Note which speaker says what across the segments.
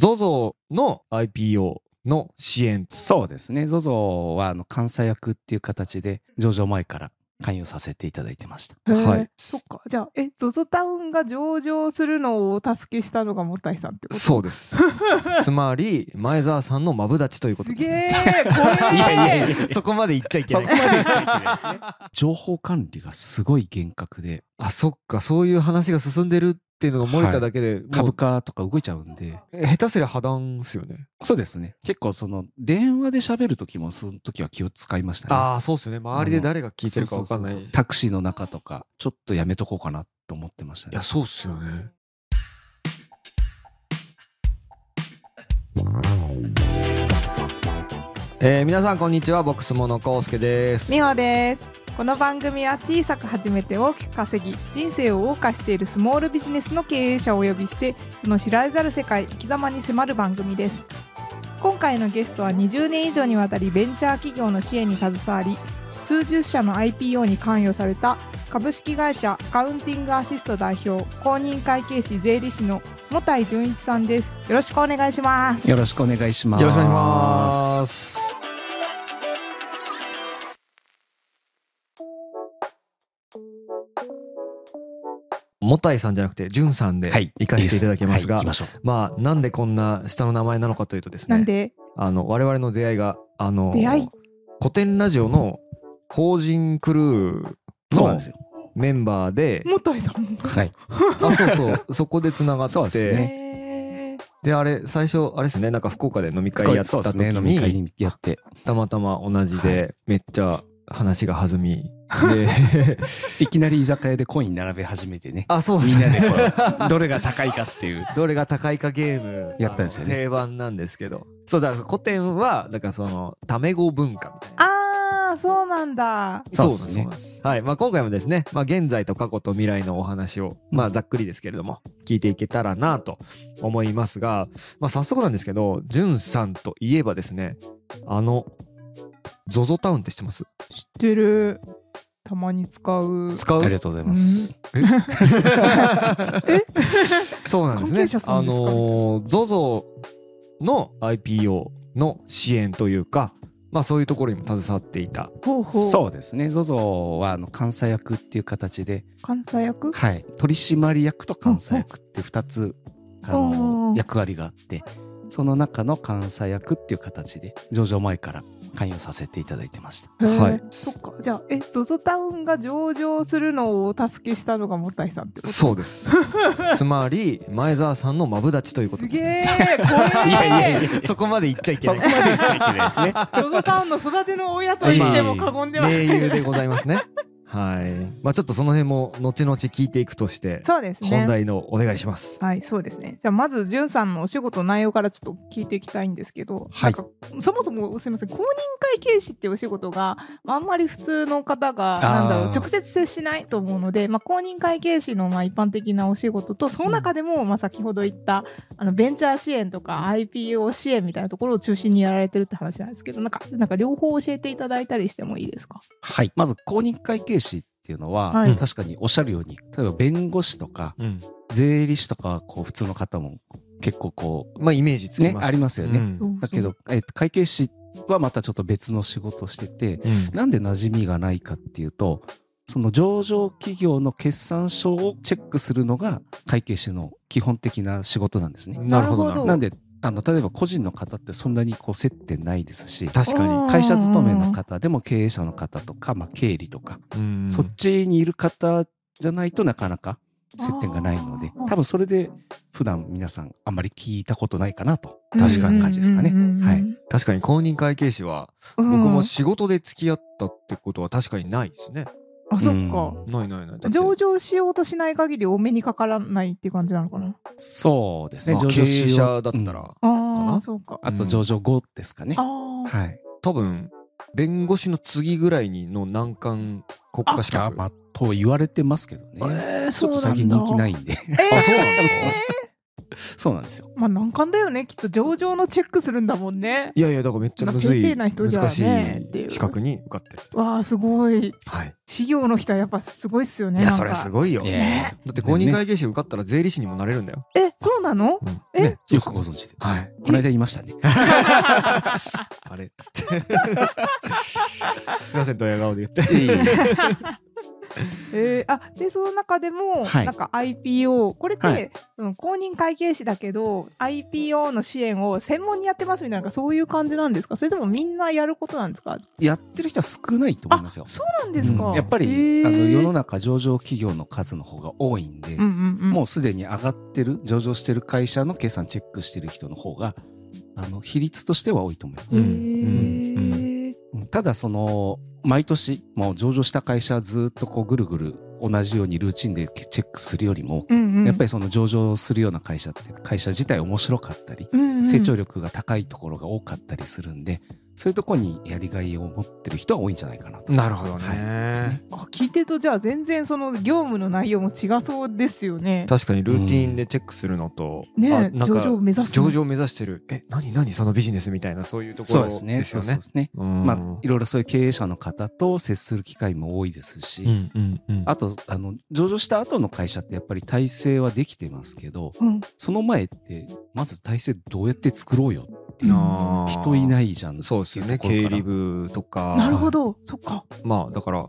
Speaker 1: ZOZO の IPO の支援
Speaker 2: そうですね ZOZO はあの監査役っていう形で上場前から関与させていただいてました
Speaker 1: はい
Speaker 3: へえそっか。じゃあ、え、ゾゾタウンが上場するのをお助けしたのがもったいさんってこと
Speaker 1: そうです つまり前澤さんのマブダチということ
Speaker 3: す
Speaker 1: で
Speaker 3: げ
Speaker 1: すね
Speaker 3: え、怖え。
Speaker 1: いやいやいやそこまで言っちゃいけない
Speaker 2: そこまで言っちゃいけないです ね情報管理がすごい厳格で
Speaker 1: あそっかそういう話が進んでるっていうのが漏れただけで、もう
Speaker 2: 株価とか動いちゃうんで
Speaker 1: 下手すりゃ破談ですよね
Speaker 2: そうですね結構その電話で喋る時もその時は気を使いましたね
Speaker 1: ああそうですよね周りで誰が聞いてるか分かんない
Speaker 2: そうそうそうそうタクシーの中とかちょっとやめとこうかなと思ってました
Speaker 1: いや
Speaker 2: ね
Speaker 1: そうっすよねえー皆さんこんにちはボックスモノコウスケです
Speaker 3: みほです。この番組は小さく始めて大きく稼ぎ、人生を謳歌しているスモールビジネスの経営者をお呼びして、その知られざる世界、生き様に迫る番組です。今回のゲストは20年以上にわたりベンチャー企業の支援に携わり、数十社の IPO に関与された株式会社アカウンティングアシスト代表公認会計士税理士の茂田純一さんです。よろしくお願いします。
Speaker 2: よろしくお願いします
Speaker 1: よろしくお願いしますもたいさんじゃなくてじゅんさんで
Speaker 2: はい
Speaker 1: 行かせていただきますが、
Speaker 2: はい行きましょう
Speaker 1: まあなんでこんな下の名前なのかというとですね
Speaker 3: なんで
Speaker 1: あの我々の出会いがあの
Speaker 3: 出会い
Speaker 1: 古典ラジオの法人クルー
Speaker 2: そうなん
Speaker 1: の
Speaker 2: ですよ
Speaker 1: メンバーで
Speaker 3: 茂田さんも。
Speaker 2: はい
Speaker 1: あそう そうそこでつながっ
Speaker 2: そうで
Speaker 1: て
Speaker 2: す
Speaker 1: で,、
Speaker 2: ね
Speaker 3: へー
Speaker 1: あれ最初あれですねなんか福岡で飲み会やった
Speaker 2: そうで
Speaker 1: 時
Speaker 2: すね飲み会
Speaker 1: に
Speaker 2: にやって
Speaker 1: たまたま同じ
Speaker 2: は
Speaker 1: でめっちゃ話が弾みで
Speaker 2: いきなり居酒屋でコイン並べ始めてね
Speaker 1: あそうで
Speaker 2: み
Speaker 1: す
Speaker 2: んなで
Speaker 1: ね
Speaker 2: こうどれが高いかって いう
Speaker 1: どれが高いかゲーム
Speaker 2: やったんですよね
Speaker 1: あの定番なんですけどそうだから古典はだからそのタメ語文化みたいな
Speaker 3: ああ、そうなんだ。
Speaker 1: そうで
Speaker 2: そうですす
Speaker 1: ね
Speaker 2: ね。
Speaker 1: はい、まあ、今回もですね、まあ、現在と過去と未来のお話を、まあ、ざっくりですけれども、聞いていけたらなと思いますが、まあ、早速なんですけど、じゅんさんといえばですね、あの、ゾゾタウンって知ってます
Speaker 3: 知ってる。たまに使う。
Speaker 1: 使う
Speaker 2: ありがとうございます、
Speaker 3: え
Speaker 1: そうなんですね。
Speaker 3: 関係者さんですか
Speaker 1: あのー、ZOZO の IPO の支援というか、まあ、そういうところにも携わっていた。
Speaker 3: ほうほう。
Speaker 2: そうですね ZOZO はあの監査役っていう形で
Speaker 3: 関西役
Speaker 2: はい、取締役と監査役って2つ、あ
Speaker 3: お
Speaker 2: の
Speaker 3: ー
Speaker 2: 役割があってその中の監査役っていう形で上場前から関与させていただいてました
Speaker 3: へー
Speaker 1: はい
Speaker 3: そっか。じゃあ、え、ゾゾタウンが上場するのをお助けしたのがもったいさんってこと
Speaker 1: そう です。つまり、前澤さんのマブダチということ
Speaker 3: す
Speaker 1: です
Speaker 3: げ
Speaker 1: ね。
Speaker 3: え、怖 え。
Speaker 2: いやいやいや
Speaker 1: そこまで言っちゃいけ
Speaker 2: そ
Speaker 1: な
Speaker 2: こ
Speaker 1: い
Speaker 2: ま。で言っちゃいけないで すね
Speaker 3: ゾゾタウンの育ての親と言っても過言ではない。
Speaker 1: 盟友でございますね。はい。まあちょっとその辺も後々聞いていくとして、
Speaker 3: そうです
Speaker 1: 本
Speaker 3: ね。
Speaker 1: 題のお願いします。
Speaker 3: はい、そうですね。じゃあ、まず、じゅんさんのお仕事の内容からちょっと聞いていきたいんですけど、
Speaker 2: はい
Speaker 3: なんかそもそも、すみません、公認会計士っていうお仕事が、まああんまり普通の方が、
Speaker 2: あー
Speaker 3: なんだろう、直接接しないと思うので、まあ、公認会計士のまあ一般的なお仕事と、その中でも、まあ先ほど言った、あのベンチャー支援とか IPO 支援みたいなところを中心にやられてるって話なんですけど、なんか、なんか両方教えていただいたりしてもいいですか
Speaker 2: はいまず公認会計士っていうのは、
Speaker 3: はい
Speaker 2: 確かにおっしゃるように例えば弁護士とか
Speaker 1: うん。
Speaker 2: 税理士とかはこう普通の方も結構こ
Speaker 1: まあイメージつ
Speaker 2: う
Speaker 1: き
Speaker 2: ね
Speaker 1: ます。
Speaker 2: ありますよ
Speaker 1: う
Speaker 2: ね、
Speaker 1: ん
Speaker 2: だけど、えっと会計士はまたちょっと別の仕事をしてて
Speaker 1: うん
Speaker 2: なんで馴染みがないかっていうとその上場企業の決算書をチェックするのが会計士の基本的な仕事なんですね。
Speaker 1: なるほど。なる
Speaker 3: なる
Speaker 1: ほど
Speaker 3: ほど
Speaker 2: なんであの例えば個人の方ってそんなにこう接点ないですし
Speaker 1: 確かに
Speaker 3: あー
Speaker 2: 会社勤めの方でも経営者の方とか、まあ、経理とか、。
Speaker 1: うん
Speaker 2: そっちにいる方じゃないとなかなか接点がないので
Speaker 3: あー
Speaker 2: 多分それで普段皆さんあんまり聞いたことないかなと
Speaker 1: 確かに
Speaker 2: 感じですかね。はい
Speaker 1: 確かに公認会計士は、
Speaker 3: 僕
Speaker 1: 僕も仕事で付き合ったってことは確かにないですね。
Speaker 3: あそっ
Speaker 2: うん
Speaker 3: か、
Speaker 1: ないないない。だって
Speaker 3: 上場しようとしない限りお目にかからないっていう感じなのかな
Speaker 2: そうですね、
Speaker 1: まあ
Speaker 2: 上
Speaker 1: 経
Speaker 2: 場
Speaker 1: 営
Speaker 2: しよう
Speaker 1: 者だった
Speaker 2: うん
Speaker 1: ら、
Speaker 3: あ
Speaker 1: な
Speaker 3: あそうか
Speaker 2: あと上場後ですかね、
Speaker 3: あー
Speaker 2: はい
Speaker 1: 多分、弁護士の次ぐらいにの難関国家資
Speaker 2: あ
Speaker 1: 格。
Speaker 2: まあ、と言われてますけどね。
Speaker 3: えー
Speaker 2: ちょっと
Speaker 3: そうな
Speaker 2: 最
Speaker 3: んだ
Speaker 2: 近人気ないんで。
Speaker 3: えー
Speaker 1: あそうなんだ
Speaker 2: そうなんですよ。
Speaker 3: まあ難関だよねきっと上場のチェックするんだもんね
Speaker 1: いやいやだからめっちゃむず
Speaker 3: ペーペ
Speaker 1: い
Speaker 3: ーな人じゃ
Speaker 1: 難し
Speaker 3: ねっていう
Speaker 1: い資格に受かってると。
Speaker 3: わあすごい
Speaker 1: はい、
Speaker 3: 資料の人はやっぱすごいっすよ
Speaker 1: い
Speaker 3: ね
Speaker 1: や
Speaker 3: なん
Speaker 1: そ
Speaker 3: か
Speaker 1: れすごいよ。だ
Speaker 3: ね
Speaker 1: って公認会計士受かったら税理士にもなれるんだよ。
Speaker 3: えそうなの
Speaker 1: うん
Speaker 3: え
Speaker 1: ね
Speaker 2: よくご存知で。
Speaker 1: はい。
Speaker 2: この間言いましたね。
Speaker 1: あれっ つって。すいませんドヤ顔で言って。
Speaker 3: えー、あでその中でも、
Speaker 2: はい
Speaker 3: なんか IPO これって、
Speaker 2: はい
Speaker 3: その公認会計士だけど IPO の支援を専門にやってますみたいななんかそういう感じなんですかそれともみんなやることなんですか
Speaker 2: やってる人は少ないと思いますよ。
Speaker 3: そうなんですか、
Speaker 2: うんやっぱり、
Speaker 3: へー
Speaker 2: あの世の中上場企業の数の方が多いんで、
Speaker 3: うんうんうん、
Speaker 2: もうすでに上がってる上場してる会社の決算チェックしてる人の方があの比率としては多いと思います
Speaker 1: う
Speaker 3: へ
Speaker 1: ん
Speaker 3: ー
Speaker 1: うんう
Speaker 2: うんただその毎年もう上場した会社はずっとこうぐるぐる同じようにルーチンでチェックするよりも、
Speaker 3: うんうん
Speaker 2: やっぱりその上場するような会社って会社自体面白かったり、
Speaker 3: うんうん
Speaker 2: 成長力が高いところが多かったりするんでそういうところにやりがいを持ってる人は多いんじゃないかなと。
Speaker 1: なるほどね
Speaker 2: はいですね
Speaker 3: あ聞いてるとじゃあ全然その業務の内容も違そうですよね。
Speaker 1: 確かにルーティンでチェックするのと、
Speaker 3: ねえ
Speaker 1: あなんか
Speaker 3: 上場を目指すの
Speaker 1: 上場を目指してるえ何何そのビジネスみたいなそういうとこ
Speaker 2: そう
Speaker 1: ろ
Speaker 2: で
Speaker 1: ですす
Speaker 2: ね。
Speaker 1: よ
Speaker 2: そう
Speaker 1: ね
Speaker 2: で。すね。
Speaker 1: うん
Speaker 2: まあ、いろいろそういう経営者の方と接する機会も多いですし、
Speaker 1: うんうんうん
Speaker 2: あとあの上場した後の会社ってやっぱり体制はできてますけど
Speaker 3: うん、
Speaker 2: その前ってまず体制どうやって作ろうよ
Speaker 1: あー
Speaker 2: 人いないじゃん
Speaker 1: そうですよね
Speaker 2: って
Speaker 1: 経
Speaker 2: いうところから
Speaker 1: 理部とか
Speaker 3: なるほど、そっか。
Speaker 1: まあだから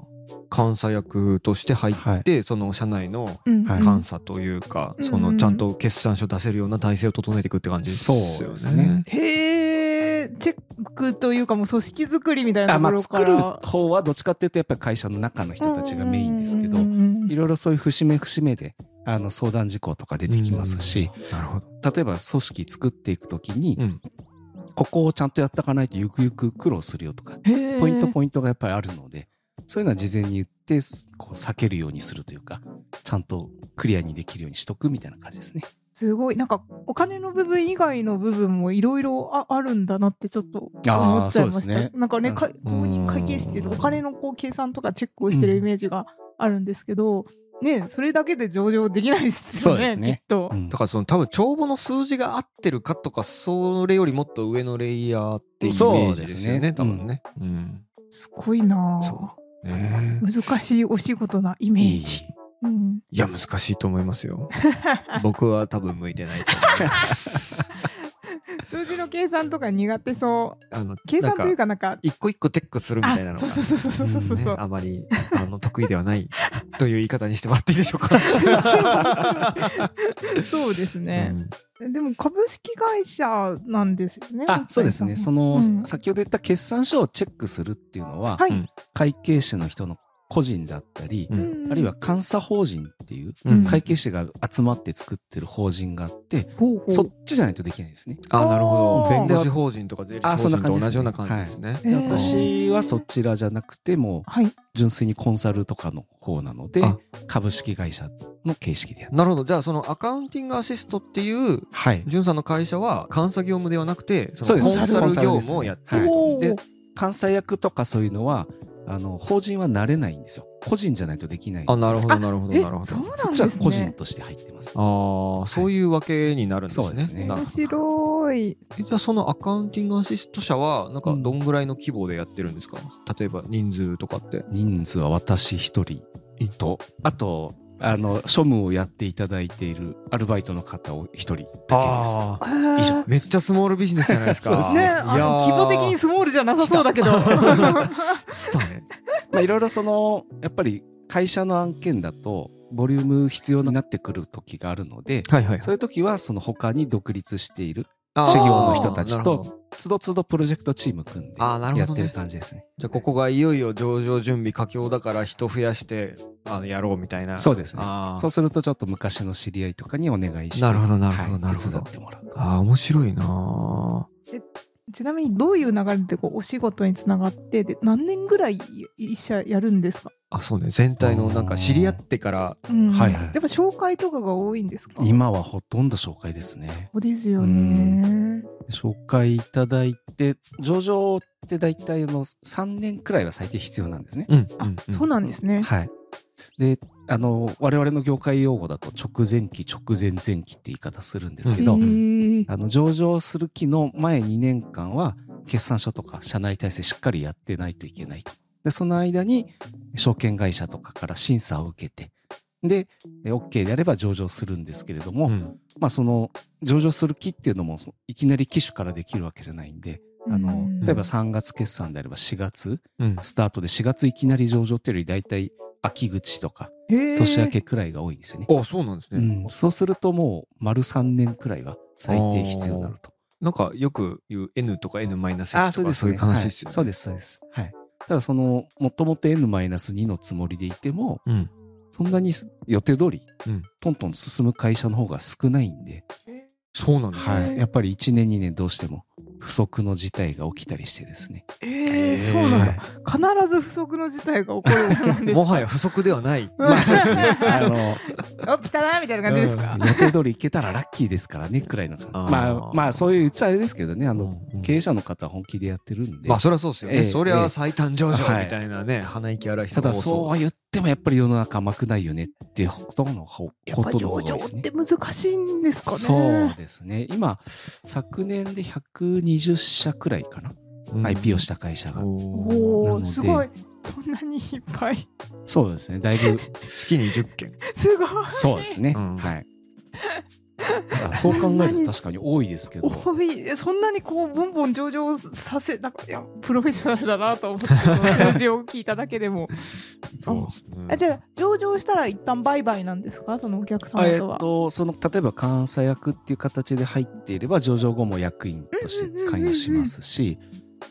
Speaker 1: 監査役として入って、その社内の
Speaker 3: うん
Speaker 2: はい
Speaker 1: 監査というか、
Speaker 3: うん
Speaker 1: そのちゃんと決算書出せるような体制を整えていくって感じですよね。
Speaker 2: そうですね
Speaker 3: へえチェックというかもう組織作りみたいな
Speaker 2: あ
Speaker 3: と
Speaker 2: ま
Speaker 3: こ
Speaker 2: あ
Speaker 3: ろか
Speaker 2: 作
Speaker 3: ら
Speaker 2: る。方はどっちかっていうとやっぱり会社の中の人たちがメインですけど
Speaker 3: うんうんうん
Speaker 2: いろいろそういう節目節目であの相談事項とか出てきますし
Speaker 1: なるほど。
Speaker 2: 例えば組織作っていくときに
Speaker 1: うん
Speaker 2: ここをちゃんとやったかないとゆくゆく苦労するよとか
Speaker 3: へー
Speaker 2: ポイントポイントがやっぱりあるのでそういうのは事前に言ってこう避けるようにするというかちゃんとクリアにできるようにしとくみたいな感じですね。
Speaker 3: すごいなんかお金の部分以外の部分もいろいろああるんだなってちょっと思っちゃいま
Speaker 2: あーそうで
Speaker 3: し
Speaker 2: す
Speaker 3: た。
Speaker 2: ね
Speaker 3: なんかねか公認会計士っていうとお金のこう計算とかチェックをしてるイメージがあるんですけど、ねそれだけで上場できないですよ
Speaker 2: そうで
Speaker 3: ね
Speaker 2: すね
Speaker 3: きっと。
Speaker 2: うん
Speaker 1: だからその多分帳簿の数字が合ってるかとかそれよりもっと上のレイヤーっていうイメージですよね多
Speaker 2: そうですね
Speaker 1: 分ね。うん
Speaker 3: すごいなあ
Speaker 1: そねえ
Speaker 3: 難しいお仕事なイメージ。うん、
Speaker 1: いや難しいと思いますよ。僕は多分向いてないと思います。
Speaker 3: 数字の計算とか苦手そう
Speaker 1: あの
Speaker 3: 計算と
Speaker 1: な
Speaker 3: いう
Speaker 1: んか
Speaker 3: かなんか
Speaker 1: 一個一個チェックするみたいなのが
Speaker 3: あそうそうそうそうそうそうそ
Speaker 1: ね
Speaker 3: う、
Speaker 1: あまりあの得意ではないという言い方にしてもらっていいでしょうか。
Speaker 3: そうです
Speaker 1: う
Speaker 3: ね、
Speaker 1: ん
Speaker 3: でも株式会社なんですよね
Speaker 2: あそうですねその、
Speaker 3: うん
Speaker 2: 先ほど言った決算書をチェックするっていうのは、
Speaker 3: はい、
Speaker 1: うん
Speaker 2: 会計士の人の個人だったり、
Speaker 1: うん
Speaker 3: うん
Speaker 2: あるいは監査法人っていう
Speaker 1: うん
Speaker 2: 会計士が集まって作ってる法人があって、
Speaker 3: ほうほう
Speaker 2: そっちじゃないとできないですね。
Speaker 1: あなるほ
Speaker 3: お
Speaker 1: ど
Speaker 3: ー
Speaker 1: 弁護士法人とか税理
Speaker 2: あ
Speaker 1: 士
Speaker 2: そ
Speaker 1: 法
Speaker 2: んな
Speaker 1: 人
Speaker 2: 感じ
Speaker 1: と
Speaker 2: ですね
Speaker 1: 同じような感じですね。
Speaker 3: え
Speaker 2: で私
Speaker 3: ー
Speaker 2: はそちらじゃなくても
Speaker 3: はい
Speaker 2: 純粋にコンサルとかの方なので
Speaker 1: あ
Speaker 2: 株式会社の形式でやって
Speaker 1: なるほどじゃあそのアカウンティングアシストっていう
Speaker 2: はい
Speaker 1: んさんの会社は監査業務ではなくてそ
Speaker 2: そう
Speaker 1: の
Speaker 2: で
Speaker 1: コン
Speaker 2: す
Speaker 1: サル業務をやってる
Speaker 2: はい
Speaker 3: おー
Speaker 2: で監査役とかそういうのはあの法人はなれないんですよ個人じゃないとできない
Speaker 1: あなるほ
Speaker 3: あ
Speaker 1: どなるほど
Speaker 3: え
Speaker 1: なるほ
Speaker 3: そ
Speaker 1: ど
Speaker 3: う
Speaker 2: そ
Speaker 3: な
Speaker 2: っ
Speaker 3: ん
Speaker 2: ちは
Speaker 3: です
Speaker 2: 個人
Speaker 3: ね
Speaker 2: として入ってます
Speaker 1: ああそういうわけになるんです
Speaker 2: そうですね
Speaker 1: ね。な
Speaker 3: 面白い
Speaker 1: えじゃあそのアカウンティングアシスト社はなんか
Speaker 2: うん
Speaker 1: どんぐらいの規模でやってるんですか、例えば人数とかって。
Speaker 2: 人数は私一人とあとあの庶務をやっていただいているアルバイトの方を一人だけです
Speaker 1: あー
Speaker 2: 以上
Speaker 1: めっちゃスモールビジネスじゃないです
Speaker 2: そう
Speaker 1: か。
Speaker 2: です
Speaker 3: ねえ
Speaker 1: いや
Speaker 3: あの規模的にスモールじゃなさそうだけど
Speaker 1: したね。
Speaker 2: まあいろいろそのやっぱり会社の案件だとボリューム必要になってくる時があるので
Speaker 1: はいはい
Speaker 2: そういう時はその他に独立している
Speaker 1: あー
Speaker 2: 修行の人たちと
Speaker 1: なるほど
Speaker 2: つどつどプロジェクトチーム組んで
Speaker 1: あーなる
Speaker 2: や
Speaker 1: ほど
Speaker 2: って
Speaker 1: ね
Speaker 2: る感じですね
Speaker 1: じゃあここがいよいよ上場準備佳境だから人増やしてあのやろうみたいな。
Speaker 2: そうですね
Speaker 1: あー
Speaker 2: そうするとちょっと昔の知り合いとかにお願いして
Speaker 1: なるほどなるほど
Speaker 2: はい
Speaker 1: なるほ
Speaker 2: 手
Speaker 1: ど
Speaker 2: 伝ってもらうと
Speaker 1: あー面白いな
Speaker 3: ちなみにどういう流れでこうお仕事につながってで何年ぐらい一社やるんですか、
Speaker 1: あ。あそうね全体のなんか知り合ってから
Speaker 3: うん
Speaker 2: はいはい
Speaker 3: やっぱ紹介とかが多いんですか
Speaker 2: 今はほとんど紹介ですね
Speaker 3: そうですよね
Speaker 2: 紹介いただいて上場って大体あの3年くらいは最低必要なんですね、
Speaker 1: うん
Speaker 3: あ、そうなんですね
Speaker 2: はいであの我々の業界用語だと直前期直前前期って言い方するんですけ
Speaker 1: う
Speaker 2: ど、
Speaker 1: ん
Speaker 3: え
Speaker 2: あの上場する期の前2年間は決算書とか社内体制しっかりやってないといけないと。でその間に証券会社とかから審査を受けてでえ OK であれば上場するんですけれども、
Speaker 1: うん
Speaker 2: まあその上場する期っていうのもそのいきなり期種からできるわけじゃないんであ
Speaker 3: う
Speaker 2: の
Speaker 3: ん
Speaker 2: 例えば3月決算であれば4月
Speaker 1: うん
Speaker 2: スタートで4月いきなり上場っていうより大体秋口とか
Speaker 3: ー
Speaker 2: 年明けくらいが多いんですよね。
Speaker 1: あそうなんです
Speaker 2: う
Speaker 1: ね、
Speaker 2: ん、そうするともう丸3年くらいは最低必要になると。
Speaker 1: なんかよく言う N とか N-1 と
Speaker 2: あ
Speaker 1: か
Speaker 2: あ、そうです、
Speaker 1: そ
Speaker 2: ね。
Speaker 1: ういう話ですよ
Speaker 2: は
Speaker 1: ね
Speaker 2: い。そうです、そうです。はい。ただ、その、もともと N-2 のつもりでいても、
Speaker 1: うん
Speaker 2: そんなに予定通り、
Speaker 1: うん
Speaker 2: トントン進む会社の方が少ないんで、
Speaker 1: そうなんですね、
Speaker 2: はい。やっぱり1年、2年どうしても不測の事態が起きたりしてで すね。
Speaker 3: えーそうなん
Speaker 2: は
Speaker 3: だ
Speaker 2: い
Speaker 3: 必ず不測の事態が起こるものなんです
Speaker 1: もはや不足ではない、
Speaker 2: まあ、そうですね。あの、
Speaker 3: 起きたなみたいな感じですか、
Speaker 2: 予定通り行けたらラッキーですからね、くらいの感じ。
Speaker 1: あー
Speaker 2: まあ、まあ、そういう言っちゃあれですけどね、あの、
Speaker 1: うん
Speaker 2: 経営者の方は本気でやってるんで。
Speaker 1: まあそりゃそうですよね、
Speaker 2: ええ
Speaker 1: そり
Speaker 2: え
Speaker 1: ゃ
Speaker 2: え
Speaker 1: 最短上場みたいなね、鼻息荒い人
Speaker 2: た
Speaker 1: も多
Speaker 2: だそうは言ってもやっぱり世の中甘くないよねっていうことの方
Speaker 3: や
Speaker 2: こ
Speaker 3: っぱ
Speaker 2: との方
Speaker 3: 上
Speaker 2: が多
Speaker 3: 場
Speaker 2: いです
Speaker 3: っ
Speaker 2: ね
Speaker 3: て。難しいんですかね
Speaker 2: そうですね。今、昨年で120社くらいかな。
Speaker 1: うん
Speaker 2: IPO した会社が。
Speaker 1: おー
Speaker 3: お
Speaker 2: なの
Speaker 3: お
Speaker 2: です
Speaker 3: ごいそんなにいっぱい
Speaker 2: そうですね。だ いぶ、
Speaker 1: 月に10件
Speaker 3: すごい
Speaker 2: そうですね。
Speaker 1: うん
Speaker 2: はい。あそう考えると確かに多いですけど。
Speaker 3: 多いそんなにこうボンボン上場させなんかいやプロフェッショナルだなと思って数字を聞いただけ でも
Speaker 1: そうですね
Speaker 3: あじゃあ上場したら一旦売買なんですかそのお客様
Speaker 2: あえっ
Speaker 3: とは、
Speaker 2: と、その、例えば監査役っていう形で入っていれば、上場後も役員として関与しますし、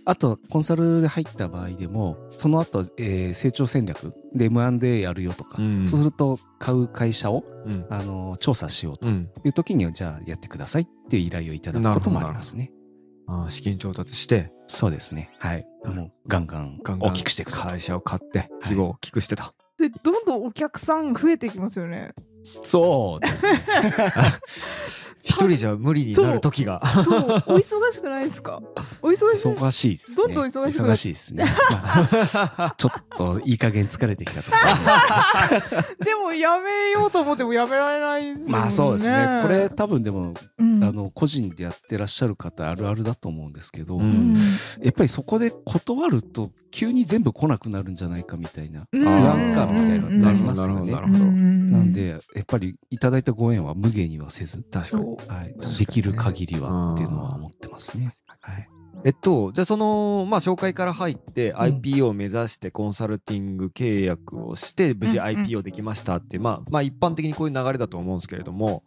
Speaker 2: あと、コンサルで入った場合でも、その後、えー成長戦略で M&A やるよとか、
Speaker 1: うん
Speaker 2: そうすると、買う会社を、
Speaker 1: うん
Speaker 2: あの、調査しようと
Speaker 1: うん
Speaker 2: いう時にはじゃあやってくださいっていう依頼をいただくこともありますね。
Speaker 1: あー資金調達して
Speaker 2: そうですね。はい。もうガンガン
Speaker 1: ガンガン
Speaker 2: 大きくしていくぞと。
Speaker 1: 会社を買って規模を大きくしてた、
Speaker 3: でどんどんお客さん増えていきますよ ね
Speaker 2: そうですね。
Speaker 1: 一人じゃ無理になる時が
Speaker 3: そうお忙しくないですかお忙しい
Speaker 2: 忙しいですね。
Speaker 3: どんどん忙しくなる
Speaker 2: 忙しいですね。まあちょっといい加減疲れてきたとか。
Speaker 3: でもやめようと思ってもやめられないですよね
Speaker 2: まあそうですね。これ、多分でも、
Speaker 3: うん
Speaker 2: あの、個人でやってらっしゃる方あるあるだと思うんですけど、
Speaker 1: う
Speaker 3: うん
Speaker 1: ん
Speaker 2: やっぱりそこで断ると急に全部来なくなるんじゃないかみたいな
Speaker 3: うん
Speaker 2: 不安感みたいなのってありますよ
Speaker 1: うん
Speaker 2: ね
Speaker 1: なるほどなるほどなるほ。ど
Speaker 2: なんで、やっぱりいただいたご縁は無限にはせず、
Speaker 1: 確かに
Speaker 2: はい
Speaker 1: 確かにね、
Speaker 2: できる限りはっていうのは思ってますね。はい、
Speaker 1: えっとじゃあそのまあ紹介から入って
Speaker 2: ん
Speaker 1: IPO を目指してコンサルティング契約をして無事
Speaker 3: うんうん
Speaker 1: IPO できましたって、まあまあ一般的にこういう流れだと思うんですけれども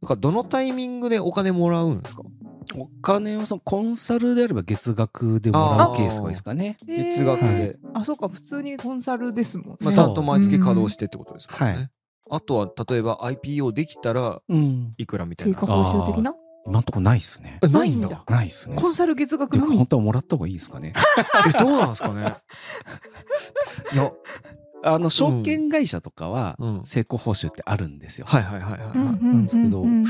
Speaker 1: なんかどのタイミングでお金もらうんですか
Speaker 2: お金をそのコンサルであれば月額でもらうケースが多いですかね。
Speaker 1: 月額で、
Speaker 3: へーあそうか普通にコンサルですもんね、
Speaker 1: まあ、ち
Speaker 2: そ
Speaker 1: ゃ
Speaker 2: う
Speaker 1: んと毎月稼働してってことですかね、
Speaker 2: はい
Speaker 1: あとは例えば IPO できたら
Speaker 2: うん、
Speaker 1: いくらみたい
Speaker 3: 成
Speaker 1: な
Speaker 3: 果報酬的な
Speaker 2: 今んとこないですね。
Speaker 1: え
Speaker 3: ないんだ
Speaker 2: ないですね。
Speaker 3: コンサル月
Speaker 2: って
Speaker 3: 額
Speaker 2: いう
Speaker 3: の
Speaker 2: か
Speaker 3: み
Speaker 2: 本当はもらった方がいいですかね。
Speaker 1: えどうなんですか ねいや、
Speaker 2: あの証券会社とかは
Speaker 1: うん、
Speaker 2: 成功報酬ってあるんですよ。
Speaker 1: はいはいはいはい、
Speaker 3: うんう
Speaker 1: はい
Speaker 3: ん
Speaker 2: なんですけど
Speaker 3: うんうん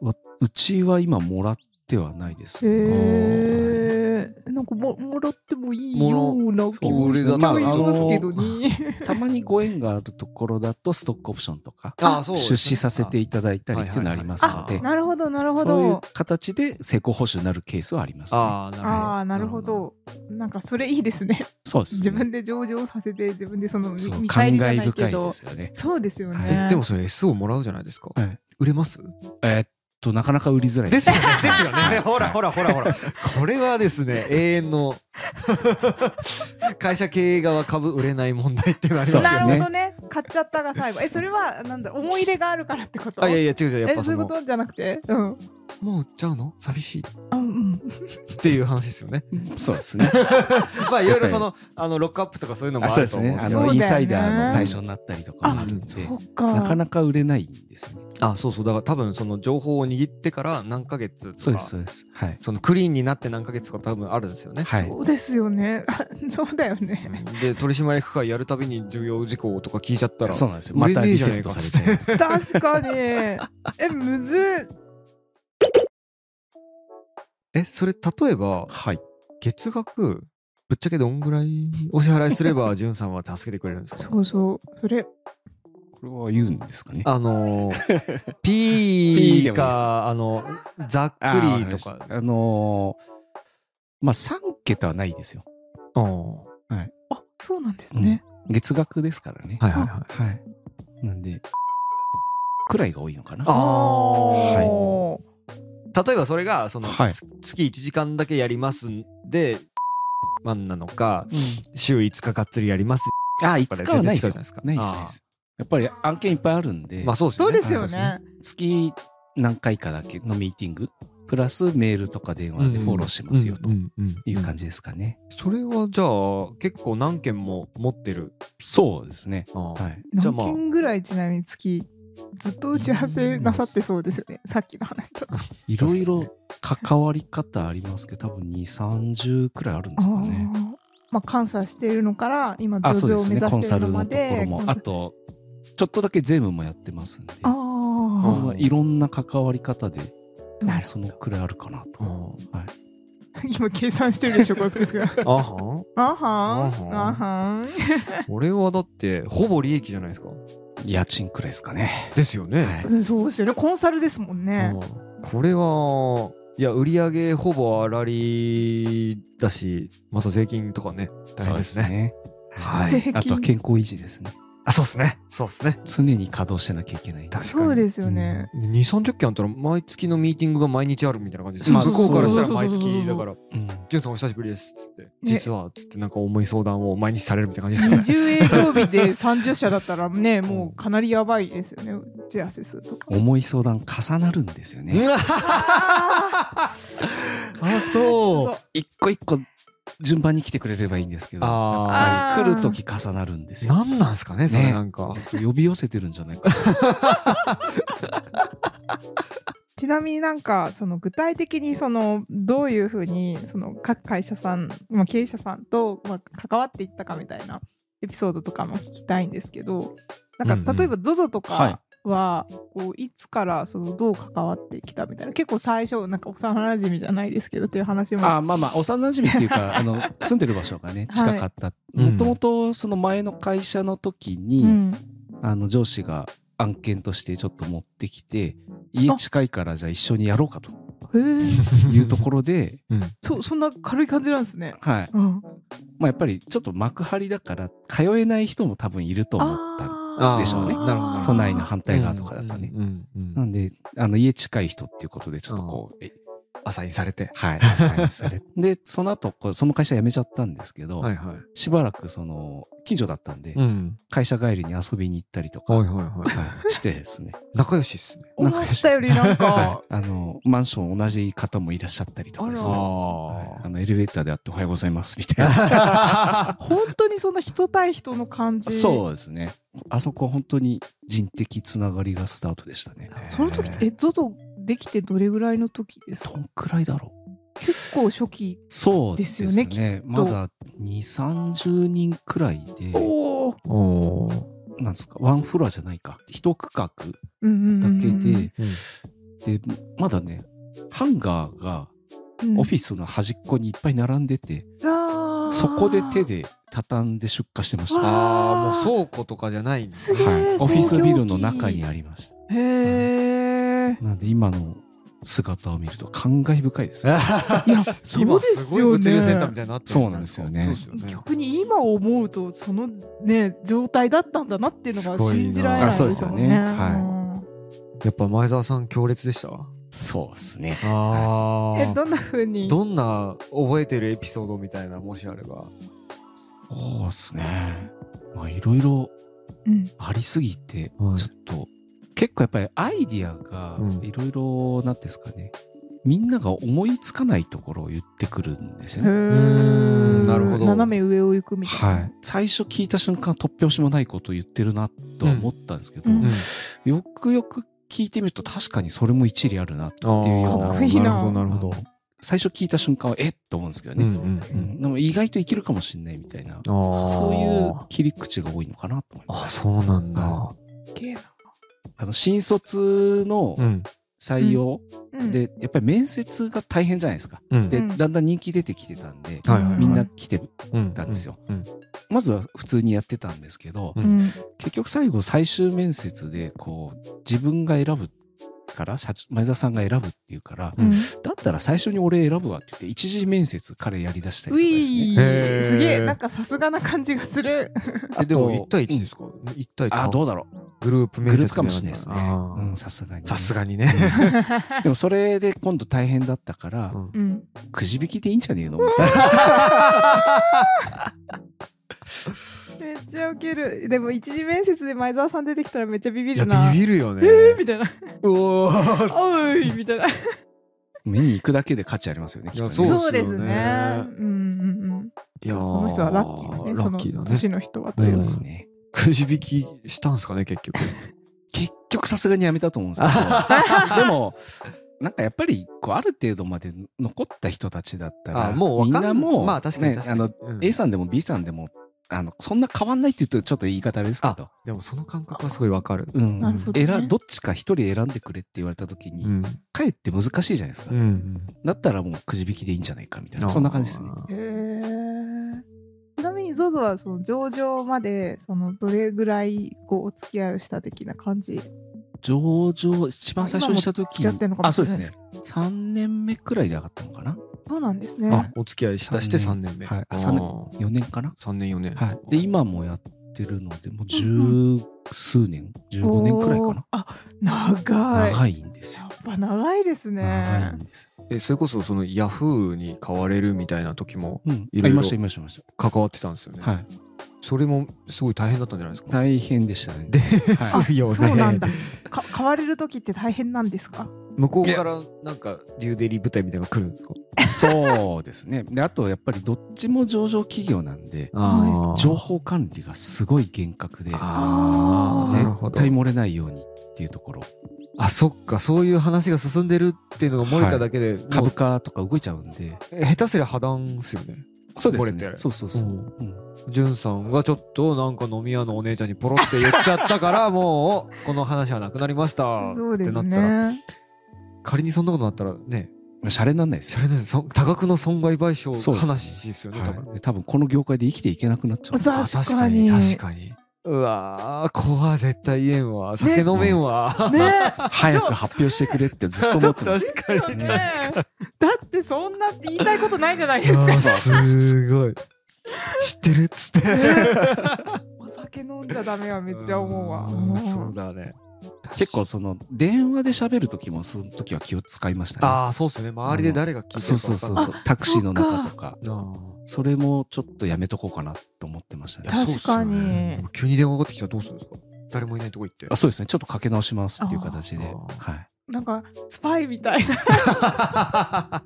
Speaker 2: わうちは今もらってはないですね。
Speaker 3: へえなんかももらってもいいような気
Speaker 1: も
Speaker 3: も
Speaker 1: ら
Speaker 3: して
Speaker 1: そう俺だと
Speaker 3: いますけどね。
Speaker 2: たまにご縁があるところだとストックオプションとか
Speaker 1: あそうですね
Speaker 2: 出資させていただいたりっていうのありますの
Speaker 1: あ
Speaker 2: で、
Speaker 3: なるほどなるほ
Speaker 2: そういう
Speaker 3: ど。
Speaker 2: 形で成功報酬になるケースはあります、ね。
Speaker 1: ああなるほど
Speaker 3: ああなるほど。なんかそれいいですね。
Speaker 2: そうですね、
Speaker 3: 自分で上場させて自分でその見
Speaker 2: そう
Speaker 3: 見
Speaker 2: 感
Speaker 3: 返りじゃ
Speaker 2: 慨
Speaker 3: ない
Speaker 2: 深
Speaker 3: け
Speaker 2: いで
Speaker 3: ど。
Speaker 2: すよね。
Speaker 3: そうですよね。
Speaker 1: えでもそれ S をもらうじゃないですか、
Speaker 2: はい
Speaker 1: 売れます
Speaker 2: えーっとなかなか売りづらいです。
Speaker 1: ねですよねほらほらほらほらこれはですね永遠の会社経営側株売れない問題っていうのあります
Speaker 2: そ
Speaker 1: よ
Speaker 2: うで
Speaker 1: ね
Speaker 2: すね
Speaker 3: なるほどね。買っちゃったが最後。えそれはなんだ思い入れがあるからってこと。
Speaker 1: あいやいや違う違うやっ
Speaker 3: え
Speaker 1: ぱ
Speaker 3: そ
Speaker 1: そう
Speaker 3: いうこ
Speaker 1: の
Speaker 3: とじゃなくて。うん。
Speaker 1: もう売っちゃうの寂しいっ
Speaker 3: あうん。
Speaker 1: ていう話ですよね
Speaker 2: そうです ね。
Speaker 1: まあいろいろそのあのロックアップとかそういうのも
Speaker 2: あ
Speaker 1: あ
Speaker 2: そうで
Speaker 1: ると
Speaker 2: す
Speaker 1: 思うん
Speaker 2: ね。
Speaker 1: で
Speaker 2: あ
Speaker 1: すけど
Speaker 2: のインサイ
Speaker 3: そうだよね
Speaker 2: ダーの対象になったりとかもあるん
Speaker 1: あ
Speaker 2: で
Speaker 3: そ、っか。
Speaker 2: なかなか売れないんですよね。
Speaker 1: あそうそうだから多分その情報を握ってから何ヶ月とか
Speaker 2: そうですそうです。はい。
Speaker 1: そのクリーンになって何ヶ月とか多分あるんですよね
Speaker 2: はい
Speaker 3: そうですよね。 そうだよね。
Speaker 1: で取締役会やるたびに重要事項とか聞いちゃったら
Speaker 2: そうなんですよ。
Speaker 1: 売
Speaker 2: ま
Speaker 1: れ
Speaker 2: た
Speaker 1: ねえ
Speaker 2: リ
Speaker 1: じゃ
Speaker 2: セ
Speaker 1: ねえ
Speaker 2: ッ
Speaker 1: か
Speaker 2: トされちゃいます。
Speaker 3: 確かに。え、むずっ。
Speaker 1: えそれ例えば
Speaker 2: はい。
Speaker 1: 月額ぶっちゃ けどんぐらいお支払いすればんさんは助けてくれるんですか
Speaker 3: そうそう。それ、
Speaker 1: こ
Speaker 2: れは言うんですかね。
Speaker 1: あ のー
Speaker 2: ピー
Speaker 1: ピ
Speaker 2: でもいいです
Speaker 1: ー
Speaker 2: か
Speaker 1: か、あの、ざっ
Speaker 2: あ
Speaker 1: く
Speaker 2: ー
Speaker 1: りと
Speaker 2: わ
Speaker 1: か
Speaker 2: りまし。たあのーまあ、3桁はないですよ。
Speaker 1: うん。は
Speaker 3: あそうなんですね、
Speaker 2: 月額ですからね。
Speaker 1: いはいはい。
Speaker 2: はい。なんで、くらいが多いのかな。
Speaker 1: あ
Speaker 3: あー
Speaker 1: 例えばそれが、その、
Speaker 2: はい
Speaker 1: つ月1時間だけやりますんで、万なのか、週5日かっつりやります。
Speaker 2: ああ、いつかはない
Speaker 1: 全然違う
Speaker 2: です
Speaker 1: じゃな
Speaker 2: よ。
Speaker 1: いですか
Speaker 2: ないですないです。やっぱり案件いっぱいあるんで、
Speaker 1: まあそうです
Speaker 3: そ
Speaker 1: よ
Speaker 3: う
Speaker 1: ね。
Speaker 3: ですよね
Speaker 2: 月何回かだけのミーティング、プラスメールとか電話でフォローしますよと
Speaker 1: うんうんうん
Speaker 2: いう感じですかね。
Speaker 1: それはじゃあ結構何件も持ってる。
Speaker 2: そうですね。
Speaker 1: あー
Speaker 2: はい。
Speaker 1: じゃあ
Speaker 3: 何
Speaker 1: まあ
Speaker 3: 件ぐらいちなみに月ずっと打ち合わせなさってそうですよねさっきの話と
Speaker 2: いろいろ関わり方ありますけど、多分2、30くらいあるんですかね。
Speaker 3: あーまあ監査しているのから今
Speaker 2: あ、そ
Speaker 3: 上
Speaker 2: うで
Speaker 3: 場を
Speaker 2: すね。
Speaker 3: 目指
Speaker 2: コン
Speaker 3: して
Speaker 2: サ
Speaker 3: いる
Speaker 2: ル
Speaker 3: のま
Speaker 2: のとこ
Speaker 3: で
Speaker 2: ろも、あと、ちょっとだけ税務もやってますんで、
Speaker 3: あ
Speaker 1: ー
Speaker 2: まあいろんな関わり方で、
Speaker 3: あなる
Speaker 2: そのくらいあるかなと。
Speaker 1: うん
Speaker 2: はい。
Speaker 3: 今計算してるでしょ、こすけさん。
Speaker 1: あはん
Speaker 3: あはん。
Speaker 1: あ
Speaker 3: あはん。
Speaker 1: 俺はだってほぼ利益じゃないですか。
Speaker 2: 家賃くらいですかね。
Speaker 1: ですよね。
Speaker 2: はい。
Speaker 3: そうですよね。コンサルですもんね。
Speaker 1: うんこれはいや売り上げほぼあらりだしまた税金とかね大変ですね。
Speaker 2: ね。
Speaker 1: は
Speaker 3: 税
Speaker 1: い。
Speaker 3: 金
Speaker 2: あとは健康維持ですね。
Speaker 1: あそうですね。そうですね。
Speaker 2: 常に稼働してなきゃいけないんで。
Speaker 1: 確かに
Speaker 3: そうですよね。
Speaker 1: 二三十件あったら毎月のミーティングが毎日あるみたいな感じです。
Speaker 2: まあ
Speaker 1: 向こうからしたら
Speaker 3: そうそ
Speaker 1: 毎
Speaker 3: うそうそう
Speaker 1: 月だから
Speaker 2: うん
Speaker 1: 「じゅんさんお久しぶりです」っつって「実は」っつってなんか重い相談を毎日されるみたいな感じですよね。
Speaker 3: 20営業日で30社だったら ね、もうかなりやばいですよね。打ち合わせすると。
Speaker 2: 重い相談重なるんです よね。
Speaker 1: あそ
Speaker 3: そう
Speaker 2: 一個一個順番に来てくれればいいんですけど、
Speaker 1: あ
Speaker 2: や
Speaker 3: ー
Speaker 2: っぱり来るとき重なるんですよ。
Speaker 1: 何なんですかねそれなんか、
Speaker 2: 呼び寄せてるんじゃないかな。
Speaker 3: ちなみになんかその具体的にそのどういうふうにその各会社さん、まあ、経営者さんとまあ関わっていったかみたいなエピソードとかも聞きたいんですけどなん
Speaker 1: うんう
Speaker 3: か
Speaker 1: ん
Speaker 3: 例えば ZOZO と
Speaker 2: はい
Speaker 3: かはこういつからそのどう関わってきたみたいな結構最初なんか幼馴染じゃないですけどっていう話 も
Speaker 2: あーまあまあ、幼馴染っていう か、あの、住んでる場所がね、近かった。
Speaker 1: うん
Speaker 2: もともと、その前の会社の時
Speaker 3: う
Speaker 2: に、
Speaker 3: ん、
Speaker 2: あの、上司が案件としてちょっと持ってきて、家近いからじゃあ一緒にやろうかと
Speaker 3: へえ
Speaker 2: いうところで、
Speaker 1: うん
Speaker 3: そそんな軽い感じなんですね。
Speaker 2: はい。
Speaker 3: うん、
Speaker 2: まあやっぱりちょっと幕張だから、通えない人も多分いると思ったん
Speaker 1: あー
Speaker 2: でしょう
Speaker 1: な
Speaker 2: ね
Speaker 1: るほどなるほど
Speaker 2: 都内の反対側とかだったね。
Speaker 1: うんうんうん
Speaker 2: なんで、あの、家近い人っていうことで、ちょっとこう、え
Speaker 1: アサインされて
Speaker 2: はい、アサインされ てで、その後、こうその会社辞めちゃったんですけど、
Speaker 1: はいはい
Speaker 2: しばらく、その、近所だったんで、
Speaker 1: ん
Speaker 2: 会社帰りに遊びに行ったりとか、
Speaker 1: はい
Speaker 2: は
Speaker 1: はいはい
Speaker 2: いしてですね。
Speaker 1: 仲良しっすね
Speaker 3: 思ったよりなん
Speaker 2: は
Speaker 3: か
Speaker 2: い。あの、マンション同じ方もいらっしゃったりとかです
Speaker 1: あ
Speaker 2: ね。はいあの、エレベーターであっておはようございます、みたい な。
Speaker 1: あ
Speaker 3: 本当にそんな人対人の感じ
Speaker 2: そうですね。あそこは本当に人的つながりがスタートでしたね。
Speaker 3: その時ってえゾゾできてどれぐらいの時ですか
Speaker 2: どんくらいだろう
Speaker 3: 結構初期
Speaker 2: そうで
Speaker 3: です
Speaker 2: す
Speaker 3: よ
Speaker 2: ね。
Speaker 3: ね
Speaker 2: まだ2、30人くらいで、
Speaker 3: おお
Speaker 1: おー
Speaker 2: なんですか、ワンフロアじゃないか。一区画だけで、
Speaker 3: うんうんうんうん
Speaker 2: で、まだね、ハンガーが
Speaker 3: うん
Speaker 2: オフィスの端っこにいっぱい並んでて、
Speaker 3: あー
Speaker 2: そこで手で畳んで出荷してました。
Speaker 1: あーもう倉庫とかじゃないんだ
Speaker 3: すげえ、
Speaker 2: はい、オフィスビルの中に
Speaker 3: あ
Speaker 2: ありました。
Speaker 3: へえ
Speaker 2: なんで今の姿を見ると 感慨深 い ですね。
Speaker 3: いやそう
Speaker 1: 今
Speaker 3: です
Speaker 1: す
Speaker 3: よ
Speaker 1: ごい
Speaker 3: ね
Speaker 1: 物流センターみたいになってるじゃ
Speaker 2: そうなんですよ
Speaker 1: そうですよね
Speaker 3: 逆に今思うとそのね状態だったんだなっていうの
Speaker 1: す
Speaker 3: が
Speaker 1: ごいな
Speaker 3: 信じられない
Speaker 2: あそうですよね
Speaker 3: もん
Speaker 2: は
Speaker 1: やっぱ前澤さん強烈でしたわ
Speaker 2: そうですね。
Speaker 1: あ
Speaker 3: うんえどんな風に
Speaker 1: どんな覚えてるエピソードみたいなもしあれば
Speaker 2: そうですね。まあいろいろ
Speaker 3: うん
Speaker 2: ありすぎて、
Speaker 1: はい
Speaker 2: ちょっと結構やっぱりアイディアが
Speaker 1: うん
Speaker 2: いろいろなんていうんですかね、みんなが思いつかないところを言ってくるんです
Speaker 3: へ
Speaker 2: よね。
Speaker 1: ーん
Speaker 3: ー
Speaker 1: なるほど
Speaker 3: 斜め上を行くみたいな、
Speaker 2: はい、最初聞いた瞬間突拍子もないことを言ってるなとは思ったんですけど、
Speaker 3: うんうん
Speaker 2: よくよく聞いてみると確かにそれも一理あるなっていうよう
Speaker 3: あー
Speaker 2: な
Speaker 3: かっこいいな
Speaker 1: なるほどなるほど
Speaker 2: 最初聞いた瞬間はえっと思うんですけどね、
Speaker 1: うんうん
Speaker 2: うんでも意外といけるかもしれないみたいな
Speaker 1: あー
Speaker 2: そういう切り口が多いのかなと思います
Speaker 1: あそうなんだ
Speaker 2: は
Speaker 3: すげえな
Speaker 2: あの新卒の
Speaker 1: ん
Speaker 2: 採用、
Speaker 3: うん、
Speaker 2: でやっぱり面接が大変じゃないですか。
Speaker 1: うん
Speaker 2: で、
Speaker 3: うん
Speaker 2: だんだん人気出てきてたんで、
Speaker 1: はいはいはい
Speaker 2: みんな来て
Speaker 1: うん
Speaker 2: たんですよ。
Speaker 1: うん
Speaker 2: まずは普通にやってたんですけど、
Speaker 1: う
Speaker 3: うん、
Speaker 2: 結局最後最終面接でこう自分が選ぶから社長前澤さんが選ぶっていうから、
Speaker 1: うん
Speaker 2: だったら最初に俺選ぶわって言って一次面接彼やりだしたり
Speaker 3: う
Speaker 2: とかですね
Speaker 3: い、
Speaker 1: へー
Speaker 3: すげえなんかさすがな感じがする。
Speaker 1: えでも
Speaker 2: あと
Speaker 1: 1対1ですか、一対
Speaker 2: あ
Speaker 1: 1
Speaker 2: どうだろ
Speaker 1: グループ
Speaker 2: う
Speaker 1: 面
Speaker 2: グ
Speaker 1: 接
Speaker 2: ループかもしれないですね
Speaker 1: あー
Speaker 2: うんさすがに
Speaker 1: さす
Speaker 2: が
Speaker 1: がにね、
Speaker 2: でもそれで今度大変だったから、
Speaker 1: うん
Speaker 3: うん、
Speaker 2: くじ引きでいいんじゃねえのみたいな
Speaker 3: めっちゃウケる。でも一次面接で前澤さん出てきたらめっちゃビビ
Speaker 1: いや
Speaker 3: るな。
Speaker 1: ビビるよね、
Speaker 3: えーみたいな。
Speaker 1: おー
Speaker 3: おいみたいな。
Speaker 2: 見に行くだけで価値ありますよねきっとね
Speaker 1: いや そう
Speaker 3: そうです
Speaker 1: そうですよ
Speaker 3: ね
Speaker 1: ね。い
Speaker 3: うんうんうん。
Speaker 1: やー
Speaker 3: その人はラッキーですね。
Speaker 1: ラッキーだ
Speaker 3: その
Speaker 1: ね
Speaker 3: 年の人は
Speaker 2: そう
Speaker 3: 強い。
Speaker 2: ですね
Speaker 1: くじ引きしたんすかね結局
Speaker 2: 結局さすがにやめたと思うんですけ どでもなんかやっぱりこうある程度まで残った人たちだったら
Speaker 1: あもう分かん
Speaker 2: みんなもう、
Speaker 1: まあ確かに
Speaker 2: ね
Speaker 1: 確か
Speaker 2: あ
Speaker 1: に、
Speaker 2: の
Speaker 1: うん
Speaker 2: A さんでも B さんでもあのそんな変わんないって言うとちょっと言い方あれですけど、
Speaker 1: でもその感覚はすごいわかる
Speaker 2: うん
Speaker 3: なるほどね
Speaker 2: 選どっちか一人選んでくれって言われた時に、
Speaker 1: うん
Speaker 2: かえって難しいじゃないですか、
Speaker 1: うん
Speaker 2: だったらもうくじ引きでいいんじゃないかみたい
Speaker 1: あ
Speaker 2: な
Speaker 1: ー
Speaker 2: そんな感じですね
Speaker 3: へーちなみに ZOZO はその上場までそのどれぐらいこうお付き合いをした的な感じ
Speaker 2: 上場一番最初にした時
Speaker 3: 今も付き合ってんのかも
Speaker 2: あ
Speaker 3: し
Speaker 2: そう
Speaker 3: れ
Speaker 2: で
Speaker 3: な
Speaker 2: す
Speaker 3: いで
Speaker 2: ね
Speaker 3: す
Speaker 2: 3年目くらいで上がったのかな
Speaker 3: そうなんです
Speaker 1: あ
Speaker 3: ね。
Speaker 1: お付き合いしたして3
Speaker 2: 三
Speaker 1: 年目
Speaker 2: はいあ
Speaker 1: あー
Speaker 2: 三4年かな
Speaker 1: 三年4年、
Speaker 2: はい、で今もやってるのでもう十数年、15年くらいかな
Speaker 3: おーあ長い。
Speaker 2: 長いんです
Speaker 3: や
Speaker 2: よ
Speaker 3: っぱ長いです
Speaker 2: 長い
Speaker 3: ね
Speaker 2: ん。ですよ、
Speaker 1: えそれこそそのヤフーに買われるみたいな時も
Speaker 2: うん、
Speaker 1: いろいろ
Speaker 2: あいましたいましたいまし
Speaker 1: 関わってたんですよね、
Speaker 2: た、はい、
Speaker 1: それもすごい大変だったんじゃないですか
Speaker 2: 大変でしたね
Speaker 1: で
Speaker 2: は
Speaker 1: すよね
Speaker 3: そうなんだ。か 買われる時って大変なんですか。
Speaker 1: 向こうからなんかリューデリー部隊みたいなのが来るんですか
Speaker 2: い、そうですねであとやっぱりどっちも上場企業なんで
Speaker 1: あー
Speaker 2: 情報管理がすごい厳格で
Speaker 1: あ
Speaker 3: ー
Speaker 1: ーなるほ
Speaker 2: 絶
Speaker 1: ど
Speaker 2: 対漏れないようにっていうところ
Speaker 1: あそっかそういう話が進んでるっていうのが漏れただけで、もう
Speaker 2: 株価とか動いちゃうんで
Speaker 1: 下手すりゃ破談っすよね
Speaker 2: そう
Speaker 1: ですね
Speaker 2: そうそうそう、うん
Speaker 1: じゅんさんがちょっとなんか飲み屋のお姉ちゃんにポロって言っちゃったから もうこの話はなくなりました
Speaker 3: そう
Speaker 1: っ
Speaker 3: で
Speaker 1: て
Speaker 3: す
Speaker 1: なったら
Speaker 3: ね。
Speaker 1: 仮にそんなことなったらね
Speaker 2: シャレになんないです
Speaker 1: し
Speaker 2: よ
Speaker 1: ゃれないですそ多額の損害賠償
Speaker 2: そうですね
Speaker 1: 話ですよね多分、
Speaker 2: はい、で多分この業界で生きていけなくなっちゃう
Speaker 1: あ
Speaker 3: 確かに。
Speaker 1: 確かにうわー怖絶対言えんわ酒飲めんわ、
Speaker 3: ねえ。
Speaker 2: 早く発表してくれってずっと思ってま した
Speaker 1: 確かに
Speaker 3: ですよね
Speaker 1: 確か
Speaker 3: だってそんな言いたいことないじゃないで
Speaker 1: に
Speaker 3: す
Speaker 1: あ
Speaker 3: か
Speaker 1: ー。すごい知ってるっつって
Speaker 3: お酒飲んじゃダメはめっちゃ思うわ。
Speaker 1: んそうだね
Speaker 2: 結構その電話で喋る時もその時は気を使いましたね
Speaker 1: ああそうっすね周りで誰が聞いてるか
Speaker 2: そうそうそう
Speaker 1: わ
Speaker 2: そうタクシーの中
Speaker 3: そ
Speaker 2: とか
Speaker 1: かんないあー
Speaker 2: それもちょっとやめとこうかなと思ってました
Speaker 1: いや
Speaker 2: ね
Speaker 3: 確かに
Speaker 1: そうっすよね急に電話かかってきたらどうするんですか誰もいないとこ行って
Speaker 2: あそうですねちょっとかけ直しますっていう形で
Speaker 1: あー
Speaker 2: はい
Speaker 3: なんかスパイみたいな。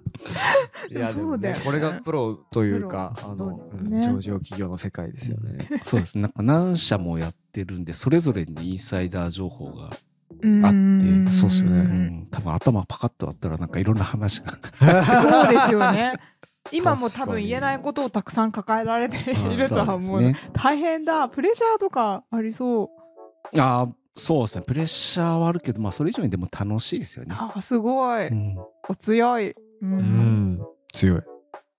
Speaker 1: いやでも
Speaker 3: そうだよね
Speaker 1: これがプロというか
Speaker 3: プロ
Speaker 1: あの
Speaker 3: そうだよね
Speaker 1: うん上場企業の世界ですよね
Speaker 2: そうですねなんか何社もやってるんでそれぞれにインサイダー情報が、
Speaker 3: うん
Speaker 1: そうっすよね
Speaker 3: う
Speaker 2: うんん、多分頭パカッとあったらなんかいろんな話が
Speaker 3: そうですよね。今も多
Speaker 1: 確か
Speaker 3: 分
Speaker 1: に
Speaker 3: 言えないことをたくさん抱えられているとは思う。
Speaker 2: そうですね
Speaker 3: 大変だ。プレッシャーとかありそう。
Speaker 2: あーそうですねプレッシャーはあるけどまあそれ以上にでも楽しいですよね、
Speaker 3: あーすごい。
Speaker 2: うん、
Speaker 3: お強い。うん
Speaker 1: うん強い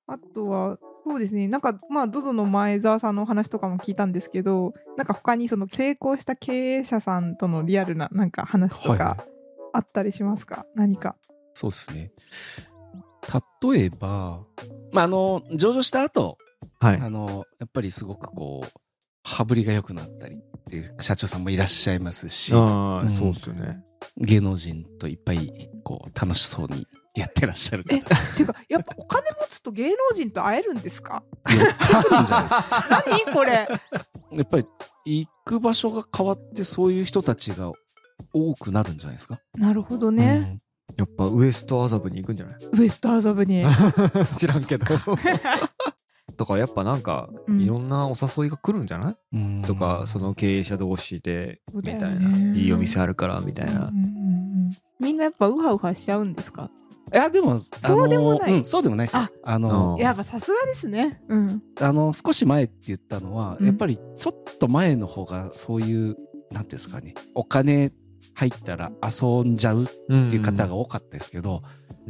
Speaker 3: あとはそうですねなんかまあ ZOZO の前澤さんのお話とかも聞いたんですけどなんか他にその成功した経営者さんとのリアルななんか話と
Speaker 2: はいはい
Speaker 3: かあったりしますか、何か。
Speaker 2: そうですね。例えば、まあ、あの、上場した後、
Speaker 1: は
Speaker 2: あの、やっぱりすごくこう、羽振りが良くなったりっていう社長さんもいらっしゃいますし、
Speaker 1: あ
Speaker 2: う
Speaker 1: ー
Speaker 2: ん
Speaker 1: そうっすよね
Speaker 2: 芸能人といっぱい、こう、楽しそうにやってらっしゃる方
Speaker 3: えていうかやっぱお金持つと芸能人と会えるんですか
Speaker 2: 寄ってくるんじゃないですか。
Speaker 3: 何これ
Speaker 2: やっぱり、行く場所が変わって、そういう人たちが多くなるんじゃないですか。
Speaker 3: なるほどね、
Speaker 1: やっぱウエスト麻布に行くんじゃない
Speaker 3: ウエストアザ ブに
Speaker 1: 知らんけどとかやっぱなんか
Speaker 3: うん
Speaker 1: いろんなお誘いが来るんじゃない
Speaker 2: うん。うん
Speaker 1: とかそ、の経営者同士で
Speaker 3: そう
Speaker 1: み
Speaker 3: だ
Speaker 1: た
Speaker 3: よ
Speaker 1: い
Speaker 3: ね
Speaker 1: な、いいお店あるからみたいな
Speaker 3: うんうんうんうんみんなやっぱウハウハしちゃうんですか
Speaker 2: いや、でも、
Speaker 3: そうでもない
Speaker 2: あのうんそうでもないですよ
Speaker 3: あ。
Speaker 2: あの
Speaker 1: うん、
Speaker 3: やっぱさすがですねうん
Speaker 2: あの少し前って言ったのは、
Speaker 3: うん
Speaker 2: やっぱりちょっと前の方がそういうなんていうんですかねお金入ったら遊んじゃうって
Speaker 1: うん
Speaker 2: いう方が多かったですけど、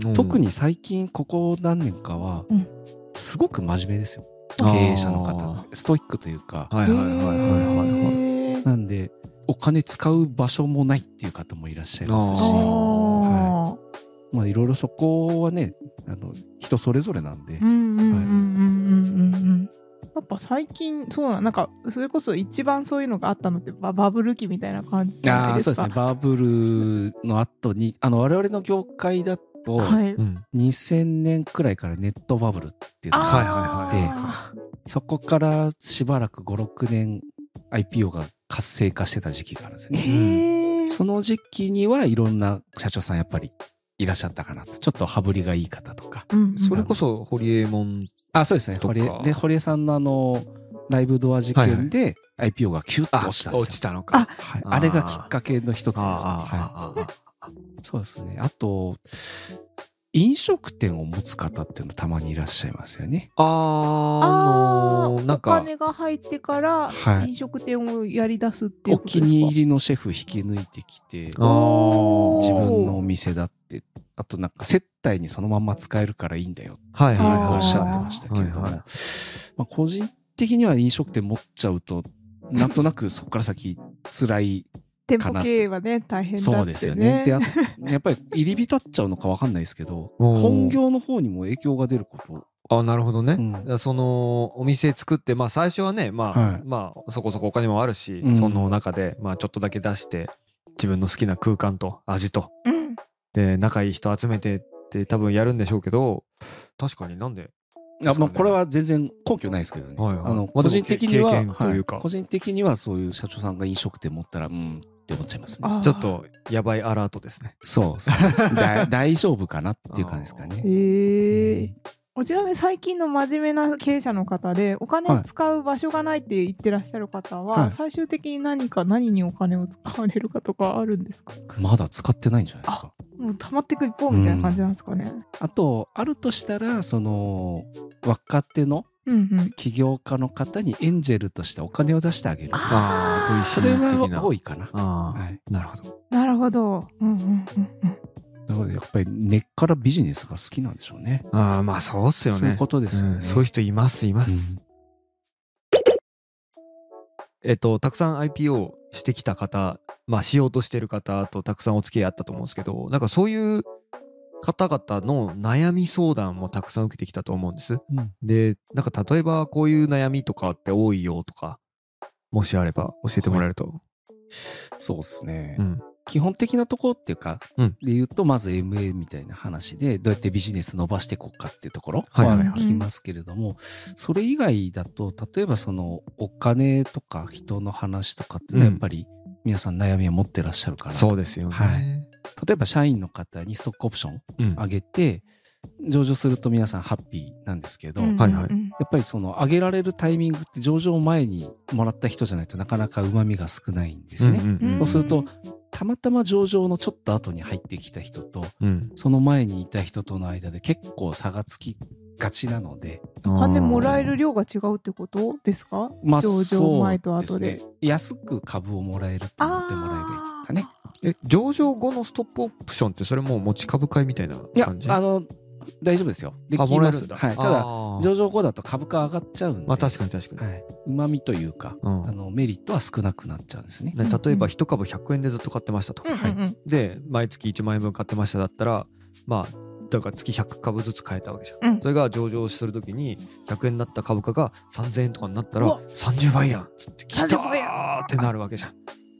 Speaker 1: うん
Speaker 2: 特に最近ここ何年かは
Speaker 3: うん
Speaker 2: すごく真面目ですよ、
Speaker 1: あー
Speaker 2: 経営者の方ストイックというか、
Speaker 1: はいはいはいはいはいはい
Speaker 3: へー
Speaker 2: なんでお金使う場所もないっていう方もいらっしゃいます
Speaker 1: あ
Speaker 2: し
Speaker 1: ー
Speaker 3: あ
Speaker 2: まあいろいろそこはねあの人それぞれなんで、
Speaker 3: ーうんうんうんうんうんうんうんやっぱ最近そうななんかそれこそ一番そういうのがあったのってババブル期みたいな感じじゃ
Speaker 2: あ
Speaker 3: ない
Speaker 2: あ
Speaker 3: で
Speaker 2: そう
Speaker 3: す
Speaker 2: です
Speaker 3: か
Speaker 2: ねバブルの後にあの我々の業界だと、
Speaker 3: はい
Speaker 1: うん
Speaker 2: 2000年くらいからネットバブルっていうのが
Speaker 1: は
Speaker 2: はいそこからしばらく56年 IPO が活性化してた時期があるんですよね。
Speaker 3: へえ
Speaker 2: その時期にはいろんな社長さんやっぱりいらっしゃったかなとちょっと羽振りがいい方とか
Speaker 3: うんうん
Speaker 1: それこそ堀エモ門
Speaker 2: あそうですね
Speaker 1: とか
Speaker 2: 堀江で堀江さんのあのライブドア事件で IPO がキュッと落ちたんですよ、
Speaker 1: のか
Speaker 2: はい
Speaker 1: あー
Speaker 2: あれがきっかけの一つです、は
Speaker 1: あーあーあーあー
Speaker 2: い、そうですねあと飲食店を持つ方っていうのたまにいらっしゃいますよね
Speaker 1: あーあのーなん
Speaker 3: お
Speaker 1: か
Speaker 3: 金が入ってから
Speaker 2: はい
Speaker 3: 飲食店をやり出すっていう
Speaker 2: お
Speaker 3: こと
Speaker 2: 気
Speaker 3: ですか
Speaker 2: に入りのシェフ引き抜いてきて
Speaker 1: あー
Speaker 2: 自分のお店だってあとなんか接待にそのまんま使えるからいいんだよ
Speaker 1: はい
Speaker 2: っていう
Speaker 1: はい
Speaker 2: の
Speaker 1: は
Speaker 2: を
Speaker 1: い
Speaker 2: おっしゃってましたけれども、
Speaker 1: はいはい
Speaker 2: まあ、個人的には飲食店持っちゃうとなんとなくそこから先辛い
Speaker 3: 店舗経営はね大変だってね
Speaker 2: そうですよね。であやっぱり入り浸っちゃうのか分かんないです けど
Speaker 1: おー
Speaker 2: 本業の方にも影響が出ること、
Speaker 1: あなるほどね、
Speaker 2: うん
Speaker 1: だからそのお店作ってまあ最初はねまあ、
Speaker 2: はい
Speaker 1: まあそこそこお金もあるし、
Speaker 2: うん
Speaker 1: その中でまあちょっとだけ出して自分の好きな空間と味と
Speaker 3: うん
Speaker 1: で仲いい人集めてって多分やるんでしょうけど確かになんで
Speaker 2: あまあ、これは全然根拠ないですけどね、
Speaker 1: はいはい
Speaker 2: あの
Speaker 1: まあでも
Speaker 2: 個人的には、
Speaker 1: 経験というか
Speaker 2: は個人的にはそういう社長さんが飲食店持ったらうんって思っちゃいますね。
Speaker 3: あー
Speaker 1: ちょっとやばいアラートですね
Speaker 2: そう そうだ大丈夫かなっていう感じですか
Speaker 3: へ
Speaker 2: ね。
Speaker 3: えちなみに最近の真面目な経営者の方でお金使う場所がないって言ってらっしゃる方は、
Speaker 2: はい
Speaker 3: 最終的に何か何にお金を使われるかとかあるんですか
Speaker 2: まだ使ってないんじゃないですか。
Speaker 3: もう溜まっていく一方みたいな感じなんですかね、
Speaker 2: あとあるとしたらその若手の
Speaker 3: うん、うん
Speaker 2: 起業家の方にエンジェルとしてお金を出してあげる
Speaker 1: あ
Speaker 2: そ
Speaker 1: ー VC
Speaker 2: れ
Speaker 1: 的な
Speaker 2: は多いかな、
Speaker 1: あー、
Speaker 2: はい、
Speaker 1: なるほど
Speaker 3: なるほど、うんうんうんうん、
Speaker 2: だからやっぱり根っからビジネスが好きなんでしょうね
Speaker 1: あーまあそうっすよね
Speaker 2: そういうことですよね、
Speaker 1: うんそういう人いますいます、えっと、たくさん IPO してきた方、まあ、しようとしてる方とたくさんお付き合いあったと思うんですけど、なんかそういう方々の悩み相談もたくさん受けてきたと思うんです。
Speaker 2: うん
Speaker 1: で、なんか例えばこういう悩みとかって多いよとか、もしあれば教えてもらえると。
Speaker 2: そうですね、
Speaker 1: うん。
Speaker 2: 基本的なところっていうか、
Speaker 1: うん
Speaker 2: で言うとまず MA みたいな話でどうやってビジネス伸ばしていこうかっていうところ
Speaker 1: はいはいはい
Speaker 2: まあ聞きますけれども、それ以外だと例えばそのお金とか人の話とかっていうのはやっぱり皆さん悩みを持ってらっしゃるから、
Speaker 1: そうですよね。
Speaker 2: はい例えば社員の方にストックオプション
Speaker 1: うん。
Speaker 2: 上げて上場すると皆さんハッピーなんですけど、
Speaker 3: うんうんうん
Speaker 1: はいはい
Speaker 2: やっぱりその上げられるタイミングって上場前にもらった人じゃないとなかなかうまみが少ないんですよね。
Speaker 1: うんうんうん
Speaker 2: そうするとたまたま上場のちょっと後に入ってきた人と
Speaker 1: うん。
Speaker 2: その前にいた人との間で結構差がつきがちなので
Speaker 1: お
Speaker 3: お金もらえる量が違うってことですか
Speaker 2: まあ
Speaker 3: 上場前と
Speaker 2: そう
Speaker 3: 後で
Speaker 2: ですね安く株をもらえると思ってもらえばいいかね。
Speaker 1: え、上場後のストップオプションってそれもう持ち株会みたいない
Speaker 2: や
Speaker 1: 感じ
Speaker 2: あの大丈夫ですよ。で
Speaker 1: あ
Speaker 2: き
Speaker 1: もら
Speaker 2: ま
Speaker 1: える
Speaker 2: す。
Speaker 1: んだ。
Speaker 2: はい、た
Speaker 1: あ
Speaker 2: だ
Speaker 1: ー
Speaker 2: 上場後だと株価上がっちゃうんで、
Speaker 1: まあ確かに確かに。
Speaker 2: はい、うまみというか、
Speaker 1: うん
Speaker 2: あのメリットは少なくなっちゃうんですね。
Speaker 1: ね例えば1株100円でずっと買ってましたと、
Speaker 3: うんうんうん
Speaker 1: で毎月1万円分買ってましただったらまあだから月100株ずつ買えたわけじゃん、
Speaker 3: うん
Speaker 1: それが上場するときに100円だった株価が3000円とかになったら
Speaker 3: うわ
Speaker 1: 30倍やんっつってきた
Speaker 3: 30倍や
Speaker 1: ーってなるわけじゃん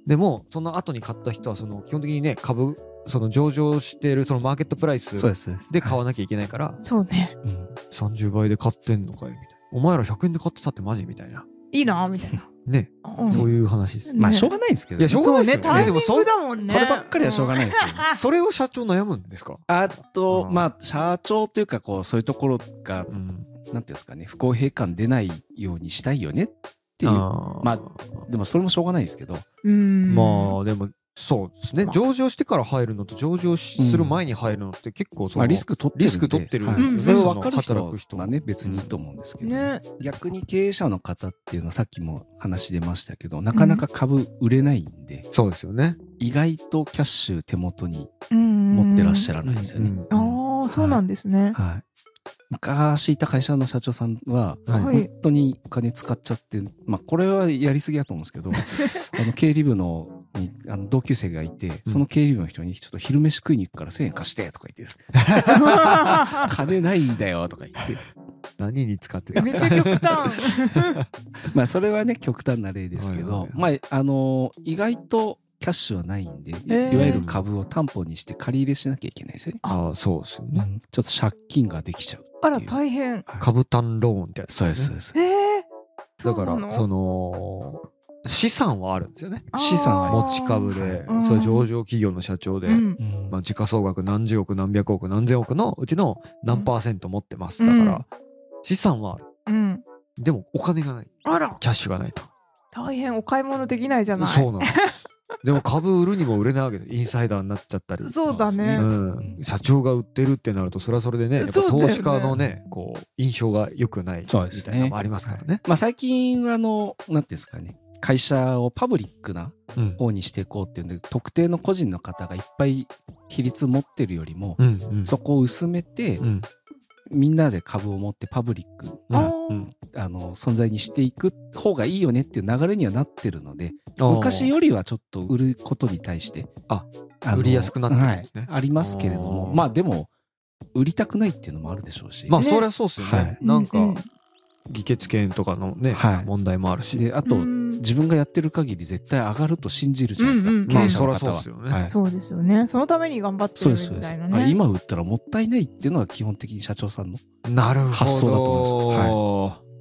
Speaker 1: でもその後に買った人はその基本的にね株その上場してるそのマーケットプライ
Speaker 2: そう
Speaker 1: ス
Speaker 2: です。そうす
Speaker 1: で買わなきゃいけないから、
Speaker 3: そうね
Speaker 2: はいうん
Speaker 1: 30倍で買ってんのかいみたいなお前ら100円で買ってたってマジみたいない
Speaker 3: いなみたいな、
Speaker 1: ね、
Speaker 3: うん
Speaker 1: そういう話です、
Speaker 2: まあ
Speaker 3: ね
Speaker 2: しょうがないんですけど、
Speaker 1: いやしょうがないですよね
Speaker 3: そうねタイ
Speaker 1: で
Speaker 3: ミ
Speaker 1: も
Speaker 3: ン
Speaker 1: そ
Speaker 3: グだもんね
Speaker 2: こればっかりはしょうがないですけど、ね。
Speaker 1: それを社長悩むんですか、
Speaker 2: あと、
Speaker 1: うん
Speaker 2: まあ、社長というか、こう、そういうところが、
Speaker 1: うん、
Speaker 2: なんていうんですかね、不公平感出ないようにしたいよねっていう。
Speaker 1: あー
Speaker 2: まあでも、それもしょうがないですけど、
Speaker 3: うん
Speaker 1: まあでもそうですね、
Speaker 2: まあ
Speaker 1: 上場してから入るのと上場しする前に入るのって結構その、
Speaker 2: まあ、リスク取ってるんで
Speaker 1: リスク取ってる
Speaker 2: はい
Speaker 3: うん
Speaker 2: それを分かる
Speaker 1: 働く人
Speaker 2: 人がね別にいいと思うんですけど、
Speaker 3: ね
Speaker 2: 逆に経営者の方っていうのはさっきも話出ましたけどなかなか株売れないんで、
Speaker 1: そうですよね
Speaker 2: 意外とキャッシュ手元に
Speaker 3: 持
Speaker 2: 持ってらっし
Speaker 3: ゃ
Speaker 2: ゃらないんですよね。
Speaker 1: うん
Speaker 3: ああそうなんですね
Speaker 2: はい、昔いた会社の社長さんは
Speaker 1: はい
Speaker 3: はい
Speaker 2: 本当にお金使っちゃって、まあ、これはやりすぎだと思うんですけ どあの経理部のにあの同級生がいてその経理部の人に「ちょっと昼飯食いに行くから1,000円貸して」とか言って「金ないんだよ」とか 言って
Speaker 1: 何に使ってた
Speaker 3: めっちゃ極端
Speaker 2: まあそれはね極端な例ですけど、
Speaker 1: はい
Speaker 2: まああのー意外とキャッシュはないんで、い
Speaker 3: ー
Speaker 2: いわゆる株を担保にして借り入れしなきゃいけないですよね。
Speaker 1: ああそうですよね、
Speaker 2: うんちょっと借金ができちゃう。
Speaker 3: あら大変
Speaker 1: 株単ローンってやつ
Speaker 2: そうですそう
Speaker 1: ね
Speaker 2: です。
Speaker 3: ええ
Speaker 1: だからその資産はあるんですよね
Speaker 2: 資産はあー
Speaker 1: 持ち株で、
Speaker 3: うん
Speaker 1: それ上場企業の社長で、
Speaker 2: うん
Speaker 1: まあ、時価総額何十億何百億何千億のうちの何パーセント持ってます、だから資産はある
Speaker 3: うん
Speaker 1: でもお金がない
Speaker 3: あら
Speaker 1: キャッシュがないと
Speaker 3: 大変お買い物できないじゃない
Speaker 1: そうなんですでも株売るにも売れないわけで インサイダーになっちゃったり
Speaker 3: そうだね
Speaker 1: うん、社長が売ってるってなるとそれはそれでねやっぱ
Speaker 3: そうだよね
Speaker 1: 投資家のねこう印象が良くないみ
Speaker 2: そうですね
Speaker 1: たいなのもありますからね。
Speaker 2: まあ最近あのなんていうんですかね会社をパブリックな
Speaker 1: うん
Speaker 2: 方にしていこうっていうんで特定の個人の方がいっぱい比率持ってるよりも、
Speaker 1: うんうん
Speaker 2: そこを薄めて、
Speaker 1: うん
Speaker 2: みんなで株を持ってパブリック
Speaker 1: うん
Speaker 3: あ
Speaker 1: う
Speaker 3: ー
Speaker 1: ん
Speaker 2: あの存在にしていく方がいいよねっていう流れにはなってるので
Speaker 1: あー
Speaker 2: 昔よりはちょっと売ることに対して
Speaker 1: あ
Speaker 2: の
Speaker 1: 売りやすくなってるんですね
Speaker 2: はい、ありますけれど
Speaker 1: あ
Speaker 2: も
Speaker 1: ー
Speaker 2: まあでも売りたくないっていうのもあるでしょうし、
Speaker 1: まあ
Speaker 3: ね
Speaker 1: そりゃそうですよね、
Speaker 2: はい
Speaker 1: なんか
Speaker 3: うう
Speaker 1: 議決権とかのね、
Speaker 2: はい
Speaker 1: 問題もあるし
Speaker 2: であと、
Speaker 3: うん
Speaker 2: 自分がやってる限り絶対上がると信じるじゃないですか、
Speaker 3: うんうんうん
Speaker 2: 経営者の方
Speaker 1: ま
Speaker 2: は、
Speaker 1: あそりゃそうですよね
Speaker 2: はい
Speaker 3: そうですよねそのために頑張って
Speaker 2: そう
Speaker 3: る
Speaker 2: ですそう
Speaker 3: み
Speaker 2: で
Speaker 3: た
Speaker 2: す、
Speaker 3: いな
Speaker 2: あ
Speaker 3: ね
Speaker 2: 今売ったらもったいないっていうのが基本的に社長さんの
Speaker 1: なるほど
Speaker 2: 発想だと思います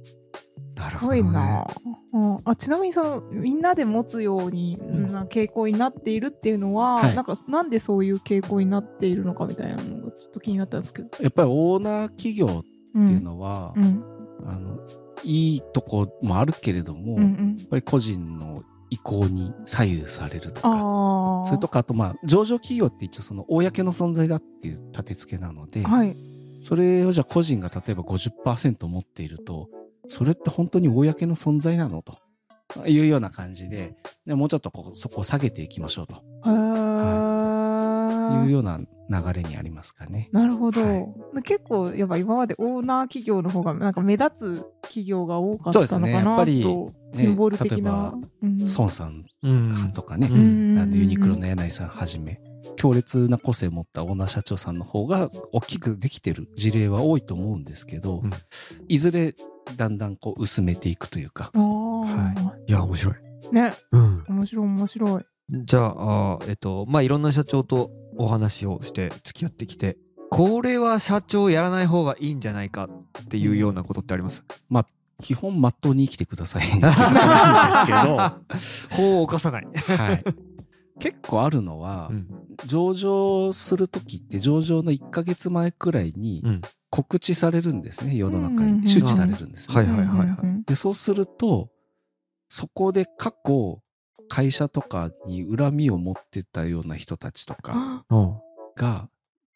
Speaker 1: なる
Speaker 3: す
Speaker 1: ほ
Speaker 3: ご
Speaker 1: ど、ね、
Speaker 3: いな、うんあちなみにそのみんなで持つように
Speaker 2: うん
Speaker 3: な傾向になっているっていうのは、
Speaker 2: はい
Speaker 3: なんかなんでそういう傾向になっているのかみたいなのがちょっと気になったんですけど、
Speaker 2: やっぱりオーナー企業っ
Speaker 3: うん、
Speaker 2: ていうのは、
Speaker 3: うん
Speaker 2: あのいいとこもあるけれども、
Speaker 3: うん
Speaker 2: や
Speaker 3: う
Speaker 2: っ
Speaker 3: ん、
Speaker 2: ぱり個人の意向に左右されると
Speaker 3: あ
Speaker 2: か
Speaker 3: ー
Speaker 2: それとかあとまあ上場企業って一応その公の存在だっていう立て付けなので、
Speaker 3: はい
Speaker 2: それをじゃあ個人が例えば50%持っているとそれって本当に公の存在なのというような感じででもうちょっとこうそこを下げていきましょうと
Speaker 3: へー
Speaker 2: いうような流れにありますかね。
Speaker 3: なるほど、
Speaker 2: は
Speaker 3: 結構やっぱ今までオーナー企業の方がなんか目立つ企業が多かったのか
Speaker 2: そうですね
Speaker 3: な
Speaker 2: やっぱり
Speaker 3: と
Speaker 2: ね
Speaker 3: シンボル的な、うん
Speaker 2: 孫さん
Speaker 1: うん
Speaker 2: とかね、
Speaker 1: うん
Speaker 2: あのユニクロの柳井さんはじめ強烈な個性を持ったオーナー社長さんの方が大きくできてる事例は多いと思うんですけど、
Speaker 1: うん
Speaker 2: いずれだんだんこう薄めていくというか
Speaker 3: あー
Speaker 1: いや面白い、
Speaker 3: ね
Speaker 1: うん、
Speaker 3: 面白い面白い
Speaker 1: じゃああーえっとまあいろんな社長とお話をして付き合ってきてこれは社長やらない方がいいんじゃないかっていうようなことってあります
Speaker 2: 基本まっとうに生きてくだ さいねなん
Speaker 1: ですけど 法を犯さない、
Speaker 2: ですけど、はい、結構あるのは、上場する時って上場の1ヶ月前くらいに
Speaker 1: うん
Speaker 2: 告知されるんですね世の中
Speaker 3: うんうんうん
Speaker 2: に周知されるんですね。
Speaker 1: はいはいはいはい、
Speaker 3: うん
Speaker 2: でそうするとそこで過去会社とかに恨みを持ってたような人たちとか
Speaker 1: うん
Speaker 2: が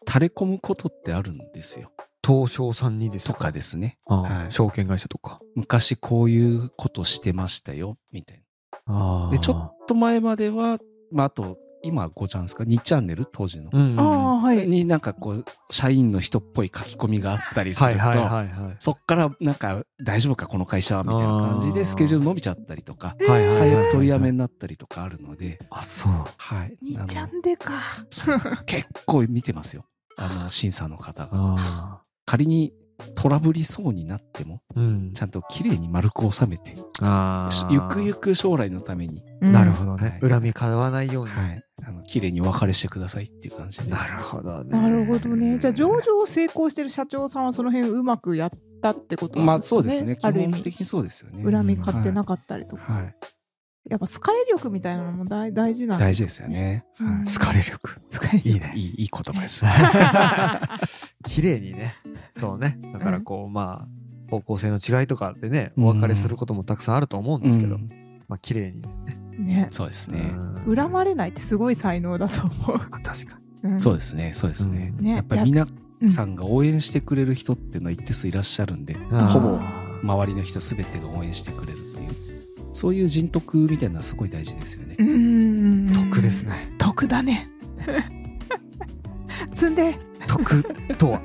Speaker 2: 垂れ込むことってあるんですよ。
Speaker 1: 東証さんにです
Speaker 2: とかですね。
Speaker 1: あー
Speaker 2: はい
Speaker 1: 証券会社とか
Speaker 2: 昔こういうことしてましたよみたい
Speaker 1: あ
Speaker 2: な。
Speaker 1: ー
Speaker 2: でちょっと前までは、まあ、あと今5ちゃんですか2チャンネル当時の。
Speaker 1: うんうん
Speaker 3: あ
Speaker 1: うん
Speaker 3: あはい
Speaker 2: になんかこう社員の人っぽい書き込みがあったりす
Speaker 1: は
Speaker 2: る
Speaker 1: い
Speaker 2: と、
Speaker 1: はいはいはい
Speaker 2: そっからなんか大丈夫かこの会社はみたいな感じ
Speaker 1: あー
Speaker 2: でスケジュール伸びちゃったりとか
Speaker 1: はいはいはい
Speaker 2: 最悪取りやめになったりとかあるので、
Speaker 1: あそう
Speaker 2: はい、
Speaker 3: に
Speaker 2: あ
Speaker 3: ちゃ
Speaker 2: の
Speaker 3: んでか
Speaker 2: そうなんです結構見てますよあの審査の方が
Speaker 1: あ
Speaker 2: 仮にトラブりそうになっても
Speaker 1: ーうん
Speaker 2: ちゃんと綺麗に丸く収めて
Speaker 1: あー
Speaker 2: ゆくゆく将来のために、
Speaker 1: なるほど
Speaker 2: は
Speaker 1: ね
Speaker 2: い
Speaker 1: 恨み買わないように
Speaker 2: はい、あの綺麗にお別れしてくださいっていう感じで
Speaker 1: なるほどね
Speaker 3: なるほどねじゃあ上場を成功してる社長さんはその辺うまくやったってこと
Speaker 2: ま
Speaker 3: なん
Speaker 2: あそうですね基
Speaker 3: ある意
Speaker 2: 本
Speaker 3: 味
Speaker 2: 的にそうですよね。
Speaker 3: 恨み買ってなかったりとか、
Speaker 2: はい
Speaker 3: やっぱ好かれ力みたいなのも大大事なん
Speaker 2: 大事ですよね。
Speaker 3: うん
Speaker 2: はい
Speaker 1: 疲れ力
Speaker 3: 好かれ力
Speaker 1: いいね
Speaker 2: いいいい言葉です。
Speaker 1: 綺麗にねそうねだからこう、まあ方向性の違いとかでね
Speaker 2: うん
Speaker 1: お別れすることもたくさんあると思うんですけど、
Speaker 2: うん
Speaker 1: まあ綺麗にですね
Speaker 3: ね
Speaker 2: そうです
Speaker 1: う
Speaker 2: ね。
Speaker 1: ん
Speaker 3: 恨まれないってすごい才能だと思う、
Speaker 1: あ確かに。
Speaker 3: うん
Speaker 2: そうですね。そうですね。
Speaker 3: ね
Speaker 2: やっぱり皆
Speaker 3: うん
Speaker 2: さんが応援してくれる人っていうのは一定数いらっしゃるんで、
Speaker 1: うん
Speaker 2: ほぼ周りの人全てが応援してくれるっていう、そういう人徳みたいなのはすごい大事ですよね
Speaker 3: う。ん
Speaker 1: 得ですね。
Speaker 3: 得だね 積んで
Speaker 1: 得と は。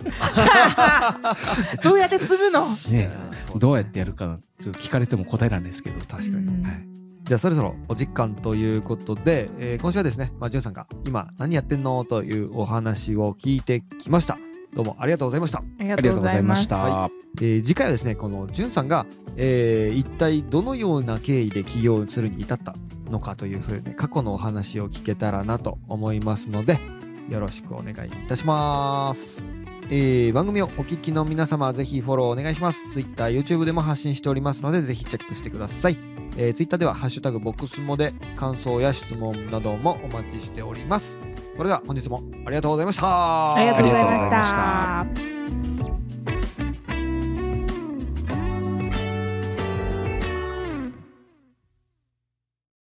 Speaker 3: どうやって積むの
Speaker 2: ねどうやってやるかなちょっと聞かれても答えられないですけど、
Speaker 1: 確かに。
Speaker 3: うん
Speaker 1: はいじゃあそろそろお時間ということで、えー今週はですね、まあ、じゅんさんが今何やってんのというお話を聞いてきました。どうもありがとうございました。
Speaker 3: あり
Speaker 2: あ
Speaker 3: が
Speaker 2: り
Speaker 3: と
Speaker 2: がとう
Speaker 3: うご
Speaker 2: ござ
Speaker 3: ざい
Speaker 2: いま
Speaker 3: ま
Speaker 2: し
Speaker 3: した
Speaker 2: た。
Speaker 1: えー次回はですねこのじゅんさんが、えー一体どのような経緯で起業するに至ったのかというそういう、ね、過去のお話を聞けたらなと思いますのでよろしくお願いいたします。えー番組をお聞きの皆様はぜひフォローお願いします。Twitter、YouTube でも発信しておりますのでぜひチェックしてください。えー、Twitter では「ハッシュタグボックスモ」で感想や質問などもお待ちしております。それでは本日もありがとうございました。
Speaker 3: ありがとうございま
Speaker 2: ありがとうござい
Speaker 3: し
Speaker 2: ました
Speaker 3: た